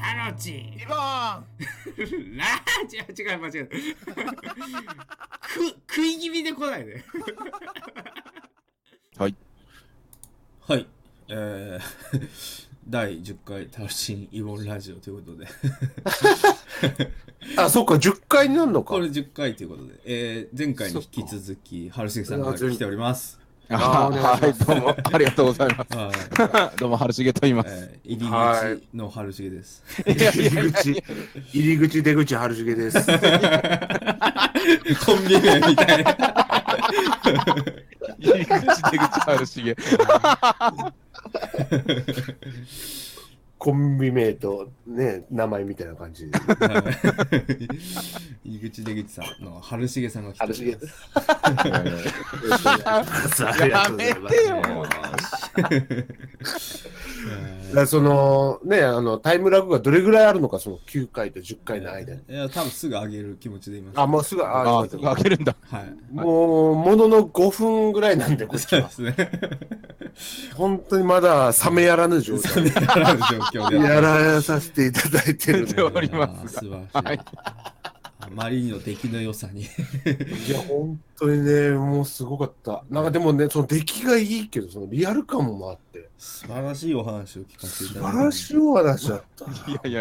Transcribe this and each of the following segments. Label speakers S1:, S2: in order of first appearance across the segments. S1: ラ ジ
S2: リボーン
S1: ラジあ違う間違えた く食い気味で来ないで
S3: はい。えー、 第10回楽しいイボンラジオということで、
S4: あ、そっか、10回になるのか
S3: こ。れ10回ということで、えー、前回に引き続き、春重さんが来ております。
S4: あ
S5: あ
S4: ー
S5: ーはい、どうも、ありがとうございま
S3: はい。
S5: す。どうも、春重と言います。
S3: えー、入
S4: は
S3: り口の春重です。
S4: 入り口、入り口、出口、春重です。
S3: コンビ名みたいな。
S5: 入り口、出口、 春重。
S4: コンビ名と、ね、名前みたいな感じで。
S3: はい入り口出口さんの春重さんが来ております。
S4: ありがとうございます。
S3: よ
S4: だからその、ね、あの、タイムラグがどれぐらいあるのか、その9回と10回の間に。
S3: いや、多分すぐ上げる気持ちでいます。
S4: あ、もうすぐ、あ、
S5: あ
S4: よ
S5: ー、
S4: かった
S5: 開けるんだ。
S3: はい。
S4: もう、ものの5分ぐらいなんで、こっち
S3: そうで
S4: は。
S3: すね。
S4: 本当にまだ、冷めやらぬ状
S3: そん
S4: 態。
S3: なような状況で。
S4: やらさせていただいてるんで
S5: でおります
S3: いやー素晴らしい。あまりの出来の良さに。
S4: いや、本当にね、もうすごかった。なんかでもね、その出来がいいけど、そのリアル感もあって、
S3: 素晴らしいお話を聞かせていた
S4: 素
S3: だいて。
S4: 晴らしいお話だった。
S5: いやい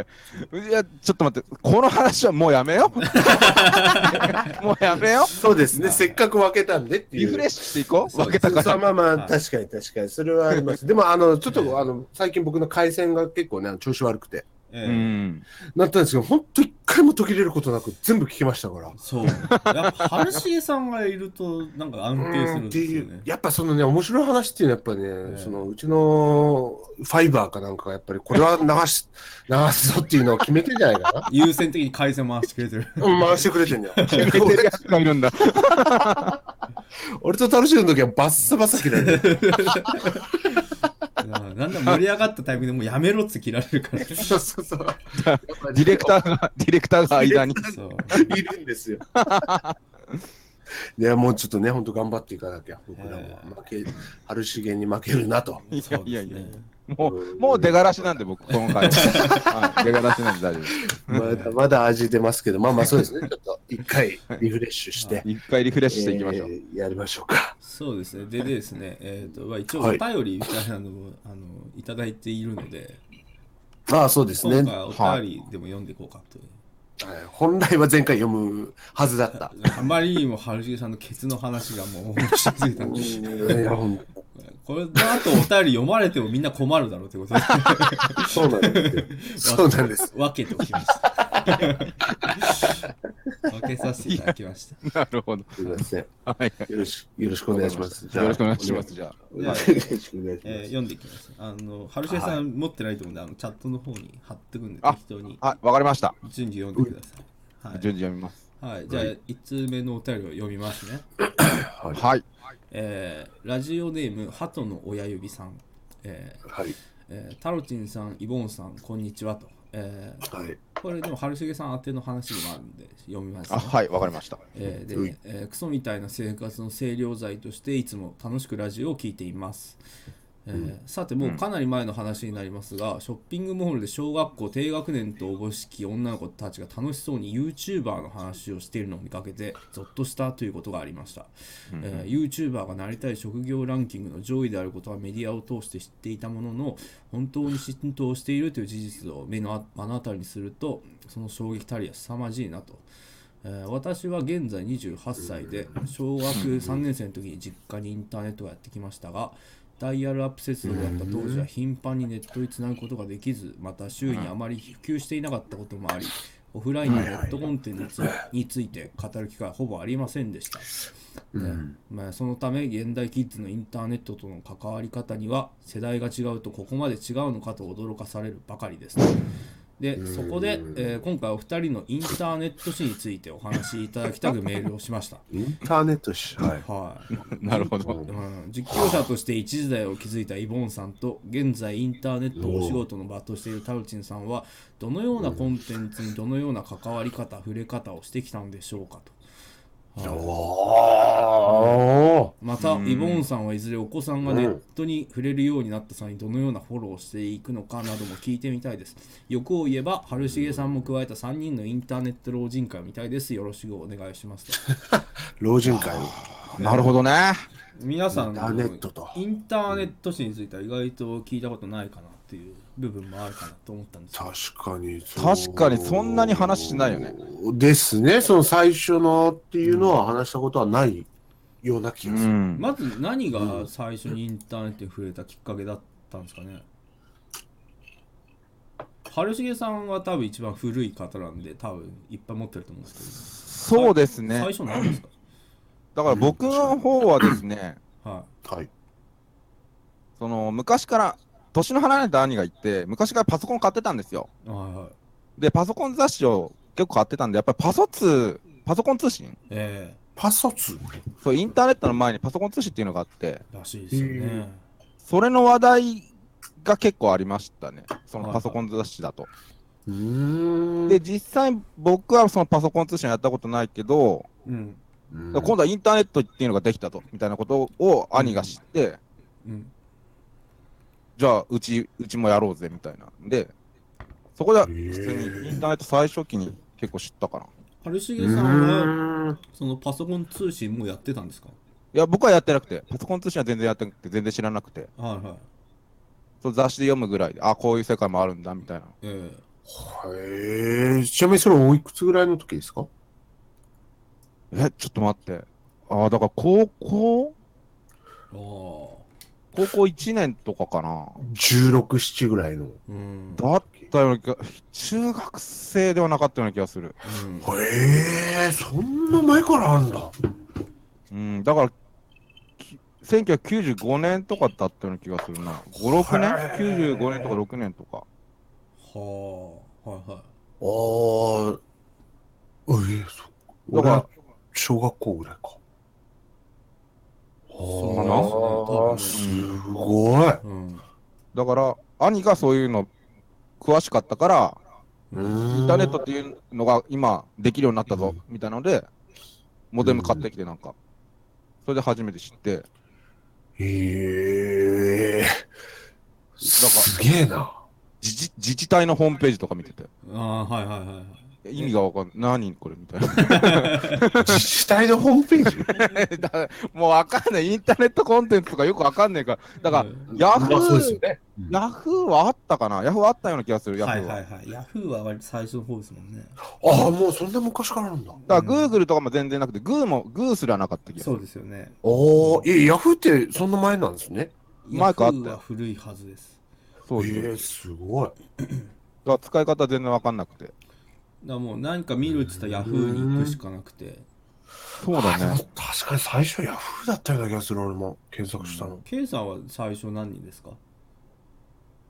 S5: や、いや、ちょっと待って、この話はもうやめよ う。もうやめよ
S4: そうですね、せっかく分けたんでっ
S5: う。
S4: てい
S5: リ
S4: う。
S5: フレッシュしていこう。
S3: そう
S5: 分けたか
S4: そ
S5: ら。
S4: うまあまあ、
S3: はい
S4: 確かに確かに、それはあります。でも、あの、ちょっ
S3: ええ
S4: と、あの、最近僕の回線が結構ね、調子悪くて、
S3: ええ
S5: うん。
S4: なったんですけど、本当一回も途切れることなく、全部聞きましたから。
S3: そう。やっぱ、春重さんがいると、なんか安
S4: う
S3: 定する
S4: ん
S3: んで
S4: って
S3: す
S4: い
S3: よ
S4: う
S3: ね、。
S4: やっぱそのね、面白い話っていうのは、やっぱ
S3: え
S4: ね、
S3: え
S4: そのうちのファイバーかなんかが、やっぱりこれは流し、流すぞっていうのを決めてんじゃないかな。
S3: 優先的に回線回してくれてる。
S4: うん、回してくれてんだよ。
S5: 決めてるやつがいるんだ。
S4: 俺と楽しいの時はバッサバサ切られる。
S3: ななんだ、盛り上がったタイミングでもうやめろって切られるから。
S4: そうそうそう。
S5: ディレクターが、ディレクターが間に。
S3: そう。
S4: いるんですよ。いや、もうちょっとね、本当頑張っていかなきゃ、僕ら
S3: え
S4: も負け、春重に負けるなと。
S5: いやいやい
S3: そう
S5: や
S3: ですね。
S5: もう、もう出がらしなんで、僕、今回は。はい出がらしなんで大丈夫です。
S4: まだまだ味出ますけど、まあまあそう ですね、ちょっと一回リフレッシュして、
S5: 一回リフレッシュしていきましょう。
S4: えーやりましょうか。
S3: そうですね。でですね、えっ、と、まあ、一応お
S4: は
S3: 便
S4: い
S3: りみたいなのも、 あの、いただいているので、
S4: まあそうです
S3: 今
S4: ね、
S3: 回お便りでも読んでいこうかという。
S4: はい本来は前回読むはずだった。
S3: あまりにも春重さんのケツの話がもう面白すぎたん で、
S4: いや、ほん
S3: これの後お便り読まれてもみんな困るだろうってことで、
S4: そうなん ですよ。そうなんです。
S3: 分けておきました。 分けさせていただきました。
S5: なるほど。
S4: すみません。
S5: はい。
S4: よろしく、よろしくお願いします。
S5: よろしくお願いします。。じゃあ。
S4: よろしくお願いし
S3: えー
S4: ます。
S3: 読んでいきます。あの、春重さん持ってないと思うんで、あのチャットの方に貼っとくんで、
S5: あ
S3: 適当に
S5: はい、わかりました。
S3: 順次読んでください。はい
S5: 順次読みます。
S3: はい、じゃあ、1通目のお便りを読みますね。
S5: はい。
S3: えーラジオネーム、鳩の親指さん。えー
S4: はい。
S3: えータロチンさん、イボンさん、こんにちはと。えー
S4: はい。
S3: これでも、春重さん宛ての話でもあるんで、読みます、
S5: あ、
S3: ね。
S5: はい、わかりました。
S3: えーで
S4: うい
S3: えークソみたいな生活の清涼剤としていつも楽しくラジオを聞いています、えーさてもうかなり前の話になりますが、ショッピングモールで小学校低学年とおぼしき女の子たちが楽しそうに YouTuber の話をしているのを見かけてゾッとしたということがありました、えー、YouTuber がなりたい職業ランキングの上位であることはメディアを通して知っていたものの本当に浸透しているという事実を目の目の当たりにするとその衝撃たりは凄まじいなとえー私は現在28歳で小学3年生の時に実家にインターネットがやってきましたがダイヤルアップ接続だった当時は頻繁にネットにつなぐことができずまた周囲にあまり普及していなかったこともありオフラインのネットコンテンツについて語る機会はほぼありませんでした、ねまあ、そのため現代キッズのインターネットとの関わり方には世代が違うとここまで違うのかと驚かされるばかりですでそこで、えー今回お二人のインターネット誌についてお話しいただきたくメールをしました。
S4: インターネットし、はい。
S3: はい
S5: なるほど。
S3: うん、実況者として一時代を築いたイボンさんと現在インターネットをお仕事の場としているタルチンさんはどのようなコンテンツにどのような関わり方触れ方をしてきたのでしょうかと。
S4: おー
S3: また、
S5: うん
S3: イボーンさんはいずれお子さんがネットに触れるようになった際にどのようなフォローをしていくのかなども聞いてみたいです。欲を言えば、春重さんも加えた3人のインターネット老人会みたいです。よろしくお願いします。
S4: 老人会、
S5: なるほどね。
S3: 皆さん
S4: インターネットと
S3: インターネット誌については意外と聞いたことないかなっていう部分もあるかなと思ったんですよ
S4: 確かにそう
S5: 確かにそんなに話しないよね。
S4: ですね、その最初のっていうのは話したことはないような気
S5: う
S4: がする。
S5: ん。
S3: まず何が最初にインターネットに触れたきっかけだったんですかね春重さんは多分一番古い方なんで多分いっぱい持ってると思うんです
S5: そうです
S3: けど、
S5: ね
S3: 最。初何です
S5: だから僕の方はですね、
S3: かはい
S4: はい。
S5: その昔から、年の離れた兄がいて、昔からパソコン買ってたんですよ。
S3: はいはい
S5: で、パソコン雑誌を結構買ってたんで、やっぱりパソ通、パソコン通信
S3: え
S4: パソツ
S5: そう、インターネットの前にパソコン通信っていうのがあって、
S3: えらしいですよね
S5: それの話題が結構ありましたね。そのパソコン雑誌だと。
S4: うーん。
S5: で、実際僕はそのパソコン通信はやったことないけど、
S3: うん
S4: うん、
S5: 今度はインターネットっていうのができたと、みたいなことを兄が知って、
S3: うん
S5: じゃあ、うち、うちもやろうぜ、みたいなんで、そこで、普通にインターネット最初期に結構知ったかな。い
S3: 春重
S4: う
S3: さんは
S4: ーん
S3: そのパソコン通信もやってたんですか
S5: や、僕はやってなくて、パソコン通信は全然やってなくて、全然知らなくて、
S3: はいはい
S5: そう雑誌で読むぐらいで、あ、こういう世界もあるんだ、みたいな。
S3: ええ
S4: へえ。ちなみにそれおいくつぐらいの時ですか
S5: え、ちょっと待って。あ、だから高校
S3: ああ
S5: 高校1年とかかな。
S4: ?16、7ぐらいの。
S3: うん
S5: だったような気が、中学生ではなかったような気がする。
S3: うん
S4: へえ、そんな前からあんだ。
S5: うん、だから、き1995年とかだったような気がするな。5、6年
S4: へー
S5: ?95 年とか6年とか。
S3: はあ、はいは
S4: ああ。ええ、そっか。
S5: だから
S4: 俺、小学校ぐらいか。
S3: そう
S4: あ
S3: なん
S4: あ、
S3: です
S5: ね
S4: すごい。
S3: い。うん。
S5: だから、兄がそういうの詳しかったから、イ
S4: イ
S5: ンターネットっていうのが今できるようになったぞ、みたいなので、モデム買ってきてなんか、それで初めて知って、
S4: へえ。すげえな。
S5: 自治自治体のホームページとか見てて、
S3: ああー、はいはいはいはい。
S5: 意味がわかんない。何これみたいな。
S4: 自治体のホームページ
S5: だからもうわかんない。インターネットコンテンツとかよくわかんないから。だから、 ヤフー、
S4: まあそうですよね。
S5: ヤフーはあったかなヤフーはあったような気がする、ヤフー
S3: は
S5: は。
S3: いはいはい。ヤフーは割と最初の方ですもんね。
S4: ああ、もうそんな昔からなんだ。
S5: だから、グーグルとかも全然なくて、グーも、グーすらなかった気がする。
S3: ですよね。
S4: おー、いや、ヤフーってそんな前なんですね。
S5: 前からあったよ
S3: ヤフーは古いはずです。
S5: そう
S4: え
S5: そう
S4: え、すごい。
S5: だから使い方全然わかんなくて。
S3: だからもう何か見るって言ったらヤフーに行くしかなくて。
S5: そうだ
S4: あで
S5: ね。
S4: も確かに最初ヤフーだったような気がする、俺も検索したの。
S3: ケイさんは最初何人ですか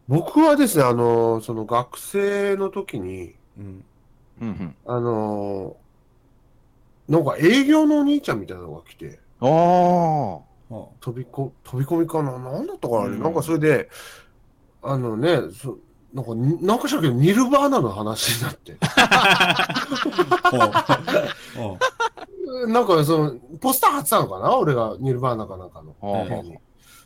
S4: 僕はですね、あのーその学生の時に、
S3: うん。
S5: うんうん。
S4: あのーなんか営業のお兄ちゃんみたいなのが来て、
S5: あ
S3: は
S4: 飛びこ、飛び込みかななんだったかな、あれ
S5: うん
S4: なんかそれで、あのね、そなんか、になんかしたけど、ニルバーナの話になって。
S3: あ。はあ。は あ
S4: なんか、その、ポスター貼ってたのかな俺がニルバーナかなんかの。
S5: あ。はあはあ
S4: に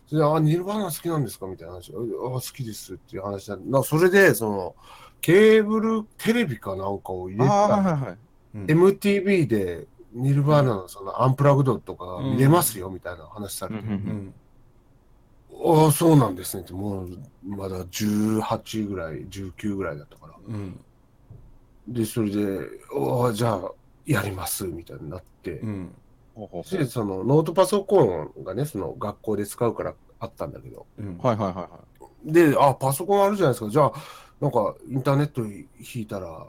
S4: それで、あ、ニルバーナ好きなんですかみたいな話。あ、好きですっていう話だ。なそれで、その、ケーブルテレビかなんかを入れ
S5: あ
S4: た
S5: あ、はい
S4: ら、
S5: はいはい。
S3: うん。
S4: MTV で、ニルバーナのそのアンプラグドとか見れますよみたいな話さ
S5: う
S4: れ
S5: んう
S4: て、
S3: うんん。
S4: ああ、そうなんですねって、もうまだ18ぐらい、19ぐらいだったから。
S3: うん。
S4: で、それで、ああ、じゃあ、やりますみたいになって、
S3: うん。
S5: ほうほうほ
S4: で、そのノートパソコンがね、その学校で使うからあったんだけど、
S3: うん。
S5: うはいはいはいはい。
S4: で、あ、パソコンあるじゃないですか。じゃあ、なんか、インターネット引いたら、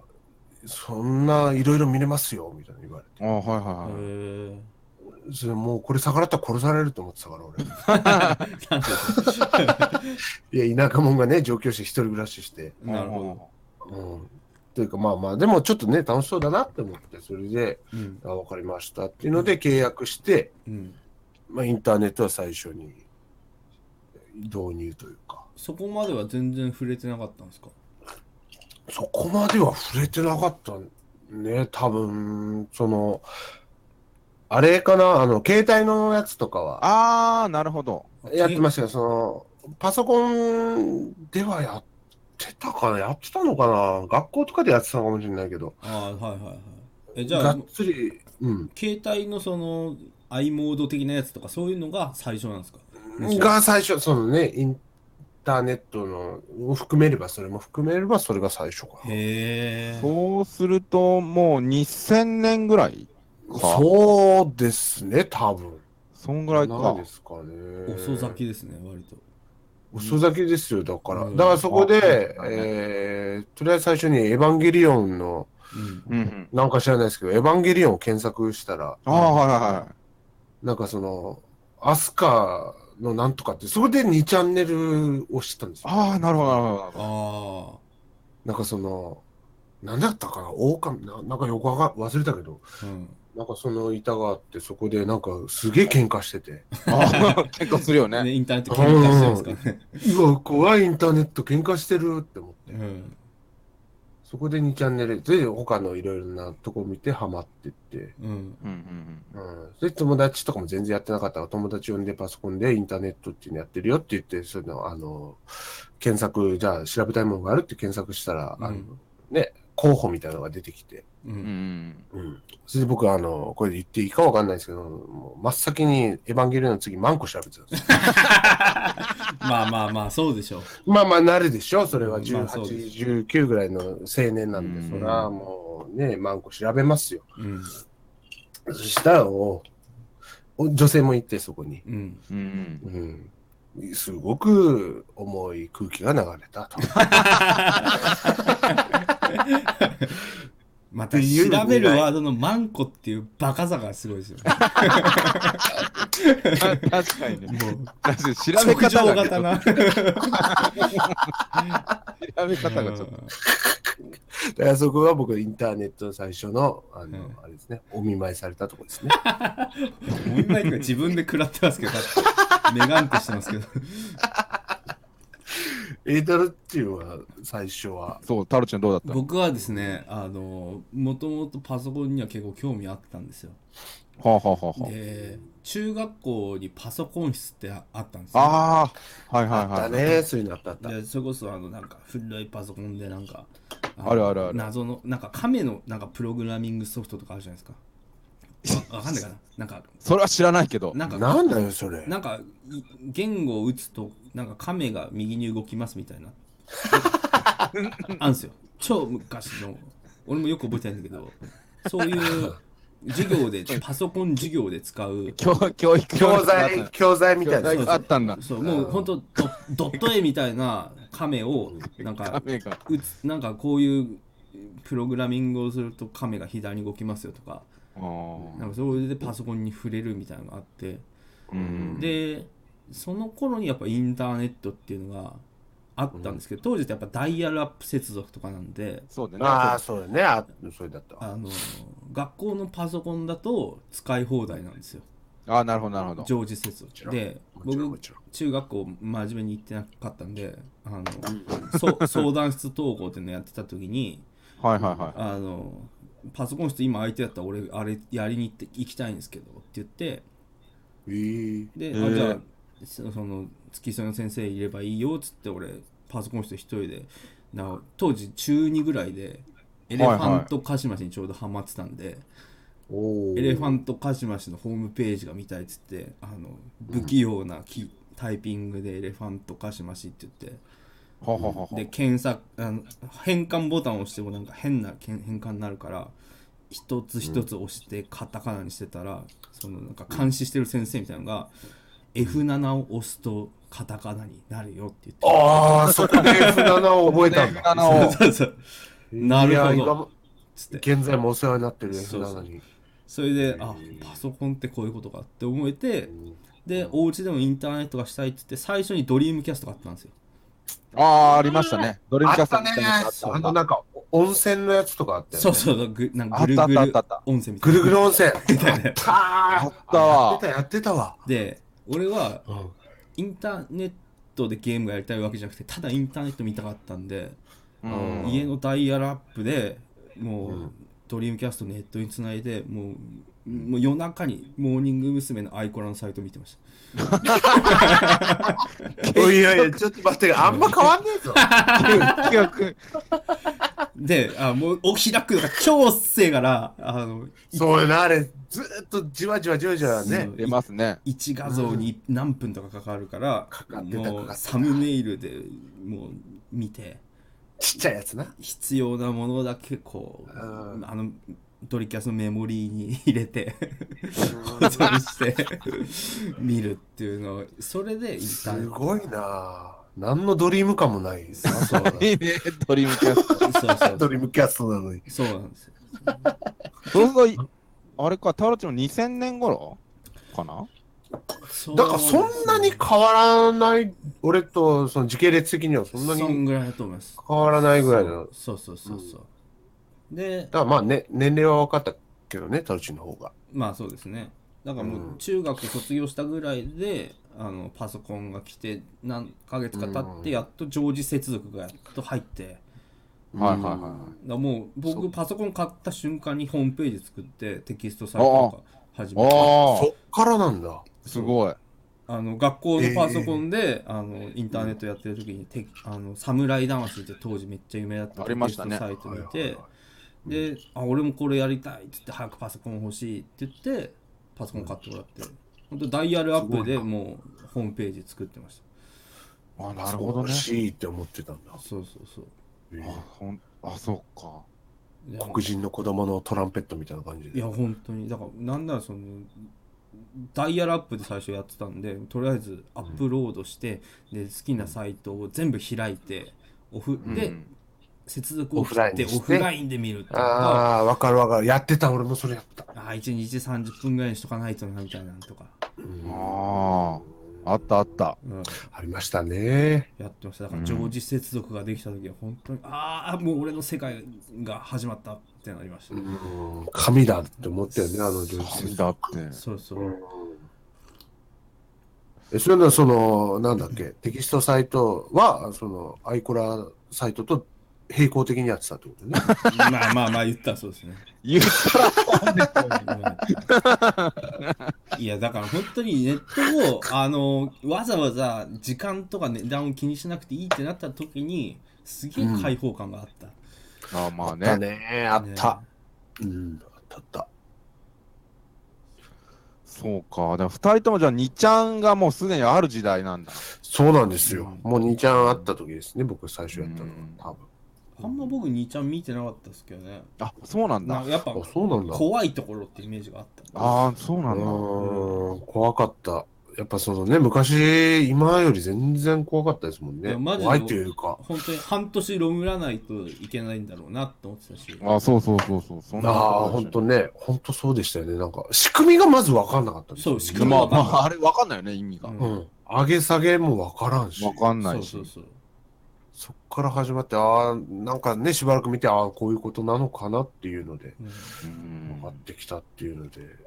S4: そんないろいろ見れますよ、みたいな言われ
S5: ああ、はいはいはい。
S3: へ
S4: て。それもう、これ逆らったら殺されると思ってたから、俺。いや、田舎者がね、上京して一人暮らしして。
S3: え。なるほど。
S5: ど。
S4: うん。というか、まあまあ、でもちょっとね、楽しそうだなって思って、それで、
S3: うん。
S4: あ、わかりましたっていうので契約して、
S3: うん。
S4: まあ、インターネットは最初に導入というか、
S3: そこまでは全然触れてなかったんですか
S4: そこまでは触れてなかったね、多分、その、あれかなあの、携帯のやつとかは、
S5: あー、なるほど。
S4: やってましたよ。その、パソコンではやってたかなやってたのかな学校とかでやってたのかもしれないけど。
S3: ああはいはいはいえじゃ
S4: が
S3: あ
S4: っつり、うん。
S3: 携帯のその i モード的なやつとかそういうのが最初なんですかもし
S4: が最初、そのね、インターネットのを含めれば、それも含めれば、それが最初か。
S3: へえ
S5: そうすると、もう2000年ぐらい
S4: そうですね、多分。
S5: そんぐらい
S4: なん
S5: か
S4: で。すかね。
S3: 遅咲きですね割と
S4: 遅咲きですよ、だから。
S3: うん
S4: だからそこで、
S5: あ
S4: えー、とりあえず最初にエヴァンゲリオンの、
S3: うん
S5: うんうん。
S4: なんか知らないですけど、エヴァンゲリオンを検索したら、
S5: ああ、はいはいはい。
S4: なんかその、アスカのなんとかって、そこで2チャンネルを知ったんですよ。
S5: ああ、なるほど、なるほど。
S3: あ
S4: なんかその、なんだったかな、狼な、なんかよくわか忘れたけど、
S3: あうん
S4: なんかその板があって、そこでなんかすげえ喧嘩してて、
S5: あー結構するよね。
S3: ねインターネット喧嘩してますからね
S4: うわ、怖いインターネット喧嘩してるって思って
S3: う。ん
S4: そこで2チャンネルで他のいろいろなとこ見てハマってって、
S3: うん
S5: うんうん
S4: うん、で友達とかも全然やってなかったから友達呼んでパソコンでインターネットっていうのやってるよって言ってそのあの検索じゃあ調べたいものがあるって検索したら、あ
S3: う
S4: の
S3: ん
S4: ね候補みたいなのが出てきて、
S3: う
S5: うんうんん。
S4: うん、それで僕はあのこれで言っていいかわかんないですけどもう真っ先に「エヴァンゲリオン」の次マンコ調べてた んですよ
S3: まあまあまあそうでしょう
S4: まあまあなるでしょそれは
S3: まあそうです
S4: 1819ぐらいの青年なんで
S5: うん
S4: それはもうねマンコ調べますよ
S3: うん
S4: そしたらおお女性もいてそこに、
S3: うん
S5: うんうん。
S4: うん、すごく重い空気が流れた と
S3: また調べるワードのマンコっていうバカさがすごいですよね。
S5: あ確かにね。
S3: もう
S5: 確かに調べ
S3: 即
S5: 方
S3: 上
S5: がね、
S3: 型な。
S5: 調べ方がちょっと。
S4: だからそこは僕インターネットの最初のあ
S3: う
S4: の、
S3: ん
S4: あれですねお見舞いされたとこですね
S3: お見舞いとか自分で食らってますけど、だ ってメガンとしてますけど。
S4: エータルっていうのは最初は
S5: そう、タロちゃんどうだった
S3: 僕はですね、あの、もともとパソコンには結構興味あったんですよ。
S5: はあはあはあは
S3: で、中学校にパソコン室ってあったんですよ。
S5: あ。ああ、はいはい
S4: だ
S5: はい。
S4: ねそういうのあったあった、
S3: でそれこそあのなんか古いパソコンでなんかの
S5: あるあるある
S3: 謎のなんか亀のなんかプログラミングソフトとかあるじゃないですかわわかんないかななんか
S5: それは知らないけど。
S3: なんか
S4: なんだよそれ
S3: なんかい言語を打つとなんか亀が右に動きますみたいなあんすよ超昔の俺もよく覚えてないんだけどそういう授業でパソコン授業で使う
S5: 教教育
S4: 教材教材みたいな
S5: 教材あったんだ。
S3: そうもうほんとドドット絵みたいな亀をなんか
S5: 亀が
S3: 打つなんかこういうプログラミングをすると亀が左に動きますよとか
S5: あー
S3: なんかそれでパソコンに触れるみたいなのがあって。
S5: うん、
S3: でその頃にやっぱインターネットっていうのがあったんですけど、当時ってやっぱダイヤルアップ接続とかなんで
S5: そうだね。
S4: ああそうだねあそれだったわ
S3: あの学校のパソコンだと使い放題なんですよ
S5: ああ、なるほど、なるほど。
S3: 常時接続
S4: ちろん
S3: で
S4: もちろんも
S3: 僕
S4: ちろん
S3: 中学校真面目に行ってなかったんであのそ相談室登校っていうのやってた時に
S5: はいはいはい。
S3: あのパソコン室今空いてやったら俺あれやりに行って行きたいんですけどって言って
S4: えー
S3: で、
S5: へえ
S3: あじゃあそその付き添いの先生いればいいよっつって俺パソコン室一人でな当時中2ぐらいでエレファントカシマシにちょうどハマってたんで、
S4: お
S3: エレファ
S4: ン
S3: ントカシマシのホームページが見たいっつってあの不器用なキ、タイピングでエレファントカシマシって言って
S5: ほうほうほうほ
S3: で
S5: う。
S3: 検索あの変換ボタンを押してもなんか変な変変換になるから一つ一つ押してカタカナにしてたら、そのなんか監視してる先生みたいなのが F7 を押すとカタカナになるよって言って
S4: ああそこで F7 を覚えたんだ
S5: あの、
S3: そうそうなるほど
S4: いや今も
S3: つって
S4: 現在もお世話になってる
S3: そう
S4: F7
S3: そう
S4: に
S3: それであパソコンってこういうことかって思えてでお家でもインターネットがしたいって言って最初にドリームキャスト買ったんですよ
S5: ああ、ありましたね。ドリームキャスターみたいなやつあ
S4: あ
S5: った
S4: の
S5: ね。
S4: なんか温泉のやつとかあったよ、ね。
S3: そうそうそうぐなんか
S5: あっ
S3: ぐる
S5: たあっ
S3: ぐ
S5: たあっ
S3: る
S5: たあった。
S3: 温泉みた
S4: ぐ
S3: いな
S4: るぐる温泉。
S3: みたいな
S4: あ
S5: あったわ
S4: やってたやってたわ。
S3: で俺は
S4: うん
S3: インターネットでゲームがやりたいわけじゃなくてただインターネット見たかったんで、
S5: うん
S3: 家のダイヤルアップでもう、
S4: うん
S3: ドリームキャストネットにつないでもうもう夜中にモーニング娘。のアイコラのサイト見てまし
S4: おいやいや、ちょっと待って、あんま変わんねえぞ。
S5: 結局、
S3: たであもうお開くのが超せえからあの
S4: そうよな、あれ、ずーっとじわじわじわじわね。
S5: 出ますね。
S3: 1画像に何分とかかかるから
S4: かってたかか
S3: も
S4: って
S3: う
S4: た
S3: サムネイルでもう見て
S4: ちっちゃいやつな。
S3: 必要なものだけこう
S4: うん
S3: あのドリキャスのメモリーに入れて保存して見るっていうのをそれで一
S4: す
S3: 旦
S4: ごいな。何のドリーム感もない。 そうだ
S5: いいね、ドリームキ ャスト。
S3: そうそうそ
S4: ド
S3: う
S4: リームキャストなのに。
S3: そうなんですよ
S5: そうすると、あれか、タロチの2000年頃かな
S3: そう
S4: だからそんなに変わらない、俺とその時系列的にはそんな
S3: そん
S4: に
S3: ぐらいだと思います
S4: 変わらないぐらいの。
S3: そうそうそうそう、で
S4: だからまあね、年齢は分かったけどね、タルチの方が。
S3: まあそうですねだからも
S4: う
S3: うん中学卒業したぐらいで、あのパソコンが来て何ヶ月か経って
S4: うん
S3: やっと常時接続がやっと入ってだか
S5: はいはいはいは
S3: らもう
S4: そ
S3: 僕
S4: う
S3: パソコン買った瞬間にホームページ作ってテキストサイトとか始めて
S5: あ
S4: そっからなんだ。
S5: あ、すごい。
S3: あの学校のパソコンで、あのインターネットやってる時にテキ「あの侍魂」って当時めっちゃ有名だった
S5: ありましたね
S3: テキストサイト見て、
S4: はいはいは
S3: で、あ俺もこれやりたいっつって早くパソコン欲しいって言ってパソコン買ってもらって本当ダイヤルアップでもうホームページ作ってまし
S5: あ
S4: い
S5: なるほどね
S4: 素晴。らしいって思ってたんだ
S3: た。そうそうそう
S5: あ、ほんあそうか。
S3: で
S4: 黒人の子供のトランペットみたいな感じ
S3: い
S4: で
S3: や。本当にだからなんならそのダイヤルアップで最初やってたんでとりあえずアップロードして、で好きなサイトを全部開いてオフで、
S5: うん
S3: 接続を切
S4: オフライ
S3: っ
S4: ン
S3: て
S4: にして
S3: オフラインで見るっていうのがあ
S4: ああ、分かる分かる。やってた、俺もそれやった。
S3: あ1日30分ぐらいにしとかないとなみたいなのとか、
S4: うん
S5: ああ、あったあった。
S3: うん
S4: ありましたね。
S3: やってましただから常時接続ができた時は本当に、ああもう俺の世界が始まったってなりました、
S4: うん神だって思ったよね、あの女性。
S5: だって。
S3: そうそう、
S4: えそれならその、なんだっけ、テキストサイトは、その、アイコラサイトと並行的にやってたってことね。
S3: まあまあまあ言ったらそうです ね
S5: 言う
S3: うんいやだから本当にネットをあのわざわざ時間とか値段を気にしなくていいってなった時にすげえ開放感があった、
S5: あまあ
S4: あった
S5: ね。
S4: ね、あった。うん、あったあった。
S5: そうか。でも二人ともじゃあ、2ちゃんがもうすでにある時代なんだ。
S4: そうなんですよ。もう兄ちゃんあった時ですね、僕最初やったの
S5: うん
S4: は、
S3: あんま僕兄ちゃん見てなかったですけどね
S5: あそうなんだ
S3: な。やっぱ
S4: 多分。あ、そうなんだ。
S3: 怖いところってイメージがあった
S5: ああ、そうなんだ。
S4: うん怖かった。やっぱそのね、昔、今より全然怖かったですもん
S3: い
S4: ね。
S3: やマジで
S4: 怖いというか。
S3: 本当に半年ロムらないといけないんだろうなって思ってたし
S5: あそうそうそうそう。そんな
S4: ああ、本当ね、本当そうでしたよね。なんか、仕組みがまず分かんなかったんですよね
S3: そう仕
S5: 当
S3: 組み
S5: まあ、
S3: わか
S5: ま
S3: んない
S5: あ、あれわかんないよね、意味が。
S3: う
S5: わ
S3: ん
S4: うん。上げ下げも分からんし、
S5: かんないし
S3: そう。そうそう
S4: そっから始まって、ああ、なんかね、しばらく見て、ああ、こういうことなのかなっていうので、
S3: うん
S5: うん
S4: 分かってきたっていうので。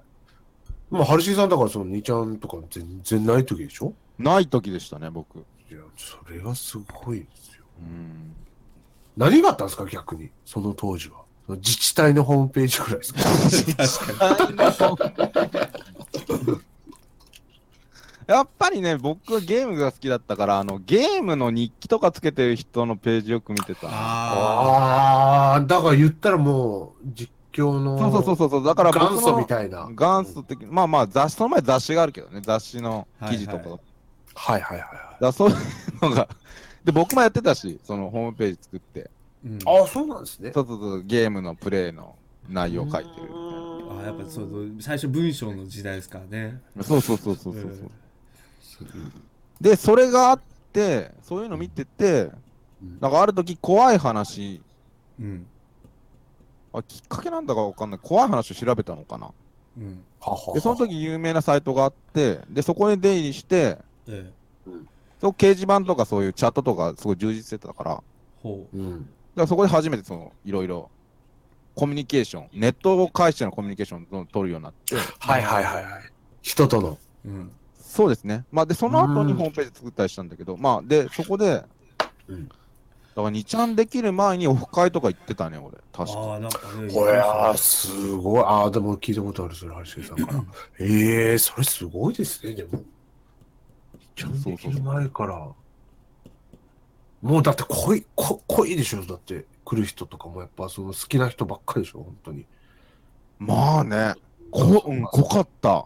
S4: まあ、春重さんだから、その、兄ちゃんとか全然ない時でしょ
S5: ない時でしたね、僕。
S4: いや、それはすごいですよ。
S5: うん。
S4: 何があったんですか、逆に、その当時は。その自治体のホームページぐらいですか。
S5: やっぱりね、僕はゲームが好きだったから、あの、ゲームの日記とかつけてる人のページよく見てた。
S3: あ
S4: ああ、だから言ったらもう、実況の、
S5: そうそうそうそう、だから僕の
S4: 元祖みたいな。
S5: 元祖的、まあまあ雑誌、その前雑誌があるけどね、雑誌の記事と
S3: はい
S5: か。
S3: は
S4: はいはいは
S5: だそういうのが。で、僕もやってたし、そのホームページ作って。
S3: ー、うん
S4: いはい。ああ、そうなんですね。
S5: そうそうそう、ゲームのプレイの内容を書いてるみたいな。
S3: あーやっぱそうそう最初文章の時代ですからね
S5: そうそうそうそうそうそう、
S3: うん
S5: で、それがあって、そういうの見てて、
S4: うん
S5: なんかある時怖い話、
S3: うん
S5: あきっかけなんだかわかんない、怖い話を調べたのかな。
S3: うん
S4: はは
S5: で、その時有名なサイトがあって、で、そこに出入りして、
S3: ええ
S5: その掲示板とかそういうチャットとかすごい充実してたから、だか
S3: ほ
S4: うん。
S5: らそこで初めてその、いろいろ、コミュニケーション、ネットを介してのコミュニケーションを取るようになって、
S4: はいはいはいはい。人との。
S3: ううん
S5: そうですね。まあ、で、その後に
S4: うん
S5: ホームページ作ったりしたんだけど、まあ、で、そこで、
S4: うん
S5: から2ちゃんできる前にオフ会とか行ってたね、俺。確
S3: あ
S5: か
S3: あ、なんかね。
S4: これはすごい。ああ、でも聞いたことある、それ、ハリシさんから。ええー、それすごいですね、でも。ちゃんと来る前から。もうだって濃い、こ濃いでしょ、だって。来る人とかもやっぱその好きな人ばっかりでしょ、本当に。
S5: まあね、こ、うん、濃かった。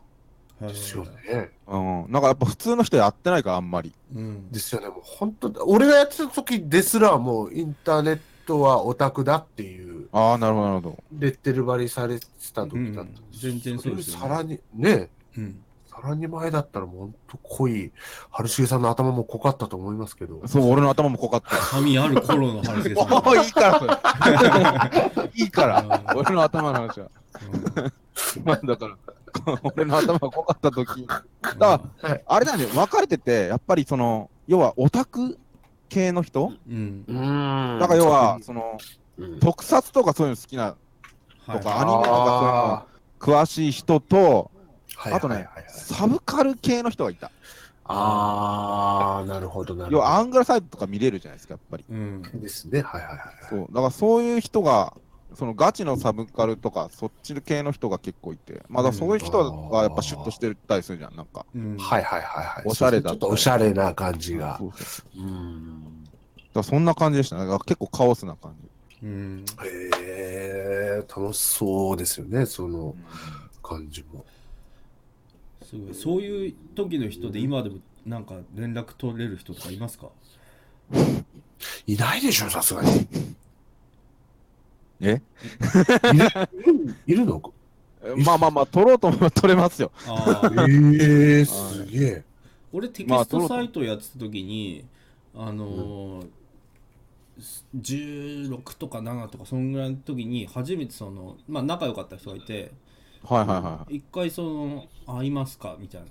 S3: で
S4: ですよ。ね。
S5: うん。なんかやっぱ普通の人やってないから、あんまり。
S3: うん。
S4: ですよね、もう本当だ、俺がやってた時ですらもうインターネットはオタクだっていう、
S5: ああ、なるほど、なるほど。
S4: レッテル貼りされてた時だったんです、
S3: うん全然そうですよね
S4: れさらに、ね、
S3: うん。
S4: さらに前だったらもう本当濃い、春重さんの頭も濃かったと思いますけど、
S5: そう、俺の頭も濃かった。
S3: 髪ある頃の春 です。
S5: お ーいいから、それ。 いいから。俺の頭の話は。まあ、だから、 俺の頭が濃かった時。あれだね、分かれてて、やっぱりその、要はオタク系の人
S3: うん。
S4: うーん
S5: だから要は、、その、
S4: うん
S5: 特撮とかそういうの好きな、
S3: はい
S5: とか
S4: あ
S5: アニメとか詳しい人と、
S4: そういうの
S5: あとね
S4: はいはいはいはい
S5: サブカル系の人がいた。
S4: あー、なるほど、なる
S5: 要
S4: ほ
S5: は
S4: ど。
S5: アングラサイドとか見れるじゃないですか、やっぱり。
S3: うん。
S4: ですね、はいはいはいはい。
S5: そう。だからそういう人が、そのガチのサブカルとか、そっち系の人が結構いて、まあだからそういう人がやっぱシュッとしてたりするじゃん、なんか。
S3: うん。
S4: はいはいはいはい。
S5: おしゃれだ
S4: ちょっとおしゃれな感じが
S5: そ。うそうそう
S4: うーん。
S5: だからそんな感じでしたね。だから結構カオスな感じ。
S3: うん。
S4: へえ楽しそうですよね、その感じも。
S3: すごい。そういう時の人で今でもなんか連絡取れる人とかいますか
S4: いないでしょ、さすがに。
S5: え
S4: いるの か。
S5: まあまあまあ、取ろうと思えば取れますよ。
S3: あ あ。
S4: ええすげえ。
S3: 俺テキストサイトやってた時に、あのー16とか7とかそんぐらいの時に初めてそのまあ仲良かった人がいて
S5: はいはいは
S3: 一回その「会いますか?」みたいな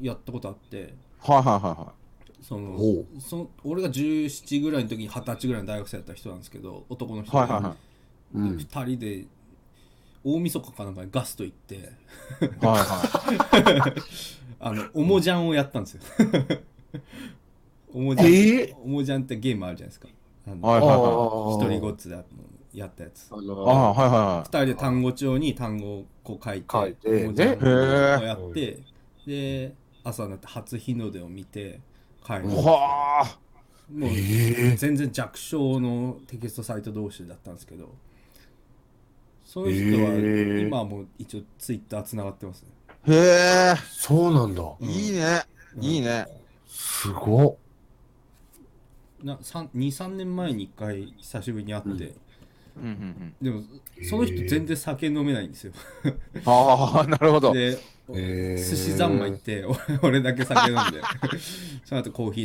S3: やったことあって
S5: い。はいはいはいは
S3: その
S4: おう
S3: その俺が17ぐらいの時に二十歳ぐらいの大学生だった人なんですけど男の人
S5: い。
S3: で、
S5: はいはいは
S4: う
S3: で
S4: ん。
S3: 2人で大晦日かなんかにガスト行って
S5: い。はいは
S3: あのおもじゃんをやったんですよ おもじゃん、
S4: ええ
S3: おもじゃんってゲームあるじゃないですか。あの
S5: い。はいはいはい。
S4: 一
S3: 一人ごっつでやったやつ。
S4: あ
S5: ああ、
S4: の
S5: はいは
S3: 二人で単語帳に単語をこう書いて、
S4: 書いて
S3: おもちゃの
S4: ね
S3: こう
S5: へえ
S3: やって、で、朝になって初日の出を見て帰る。
S5: いはい。
S3: も
S5: はあ。
S3: う
S4: ええ
S3: 全然弱小のテキストサイト同士だったんですけど、その人は
S4: へえ
S3: 今はもう一応ツイッターつながってますね。
S5: へえ、
S4: そうなんだ。
S3: うん
S5: いいね。いいね。
S4: すごっ。
S3: な2、3年前に一回久しぶりに会って、
S5: うんうん
S3: でもその人全然酒飲めないんですよ。
S5: うん。ああ、なるほ ど。
S3: で、
S4: ええ
S3: 寿司三昧行って、俺俺 だけ酒飲んで、 その後コーヒー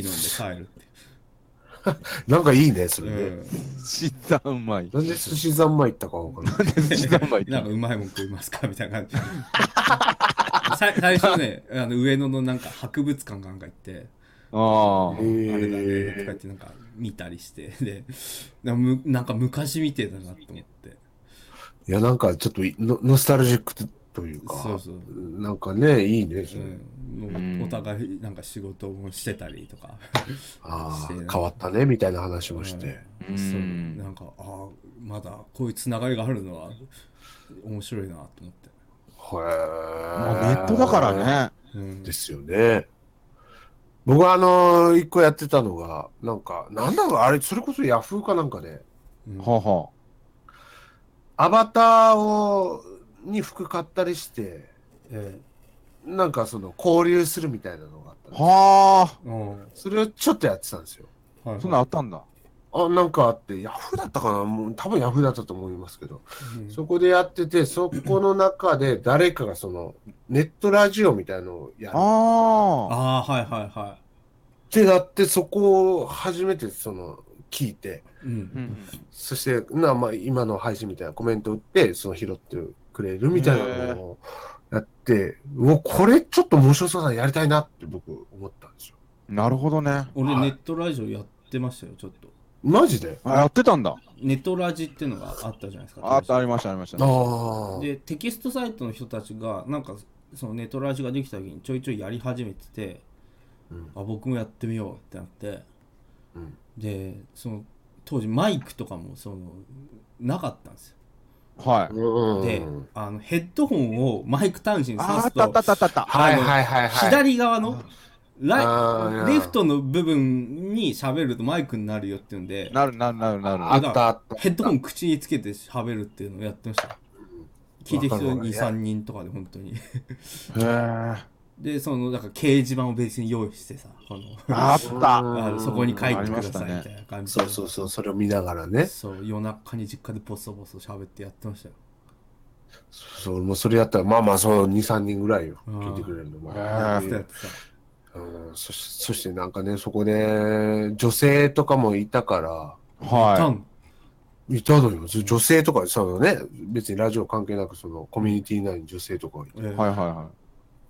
S3: 飲んで帰るって
S4: なんかいいね、それ
S3: いう
S4: ね。
S3: うん。
S5: 死たうまい。
S4: なんで寿司三昧行ったかわからない。
S5: 死たうまい。
S3: なんかうまいもん食いますかみたいな感じ。 さ最初ね、あの上野のなんか博物館かなんか行って、
S5: あ
S4: え
S3: あれだねとか言っ
S4: え
S3: てなんか見たりして、で、なんかむなんか昔見てたなと思って。
S4: いや、なんかちょっといノノスタルジックというか。
S3: そうそう。
S4: なんかね、いいね、それ。
S3: うん、
S5: うん
S3: もうお互いなんか仕事もしてたりとか、
S4: あ
S3: して
S4: あ、変わったね、みたいな話もして。
S5: うん
S3: そうなんかああまだこういうつながりがあるのは面白いなと思って、
S4: へえ。
S5: あ。まあネットだからね。
S3: うん
S4: ですよね。僕はあのー一個やってたのが、なんか、なんだろう、あれ、それこそヤフーかなんかで、
S3: うん
S5: はあ
S4: ア
S5: は
S4: バターを、に服買ったりして、
S3: え
S4: なんかその、交流するみたいなのがあったん
S5: あ。
S4: です
S5: はあ。
S3: えうん
S4: それをちょっとやってたんですよ。
S3: はいはい
S5: そんなんあったんだ。
S4: あ、なんかあって、ヤフーだったかなもう多分ヤフーだったと思いますけど、
S3: うん
S4: そこでやってて、そこの中で誰かがその、ネットラジオみたいのをやる
S5: ああ。
S3: ああはいはいは
S4: ってなって、そこを初めてその、聞いて、
S3: い、うん
S5: うん
S4: そして、なまあ、今の配信みたいなコメント打って、その拾ってくれるみたいなのをやって、うお、これちょっと面白そうだな、やりたいなって僕思ったんですよ。
S5: なるほどね。
S3: 俺
S4: はい
S3: ネットラジオやってましたよちょっと
S4: マジで
S5: あやってたんだ。
S3: ネットラジっていうのがあったじゃないですか
S5: あった、ありました、ありまし
S4: あ
S5: た。
S4: あ。
S3: でテキストサイトの人たちがなんかそのネットラジができた時にちょいちょいやり始めてて、
S4: うん
S3: あ僕もやってみようってなって
S4: うん
S3: でその当時マイクとかもそのなかったんですよ
S5: はい。
S4: うん
S3: で、あのヘッドホンをマイク端子に挿
S5: ああ
S3: す
S5: ったあ
S3: と
S5: ったあったあった。
S4: はいはいはいはい。
S3: 左側のラ
S4: あー
S3: イレフトの部分に喋るとマイクになるよっていうんで
S5: なるなるなるなる。
S4: あったあった。
S3: ヘッドホン口につけて喋るっていうのをやってました聞いてる人
S4: わかるわ
S3: 23人とかで本当に
S5: へえ。
S3: でそのなんか掲示板をベースに用意してさこの
S5: あった。
S3: あのそこに書いてください
S5: あり
S3: み
S5: ましたた
S3: いな感じで
S4: そうそうそう、それを見ながらね。
S3: そう夜中に実家でボソボソ喋ってやってましたよ
S4: そう、もうそれやったら、まあまあ、そう、2、3人ぐらいよ。
S3: うん
S4: 聞いてくれるのも。
S5: あ
S3: やっ
S5: ー
S3: てたやってた
S4: うんそしそしてなんかね、そこで、女性とかもいたから、
S3: ダ
S5: は
S3: ン
S4: いたのよ。ず女性とか、そのね、別にラジオ関係なく、そのコミュニティ内に女性とかがいて
S3: えー
S5: い。はいはいは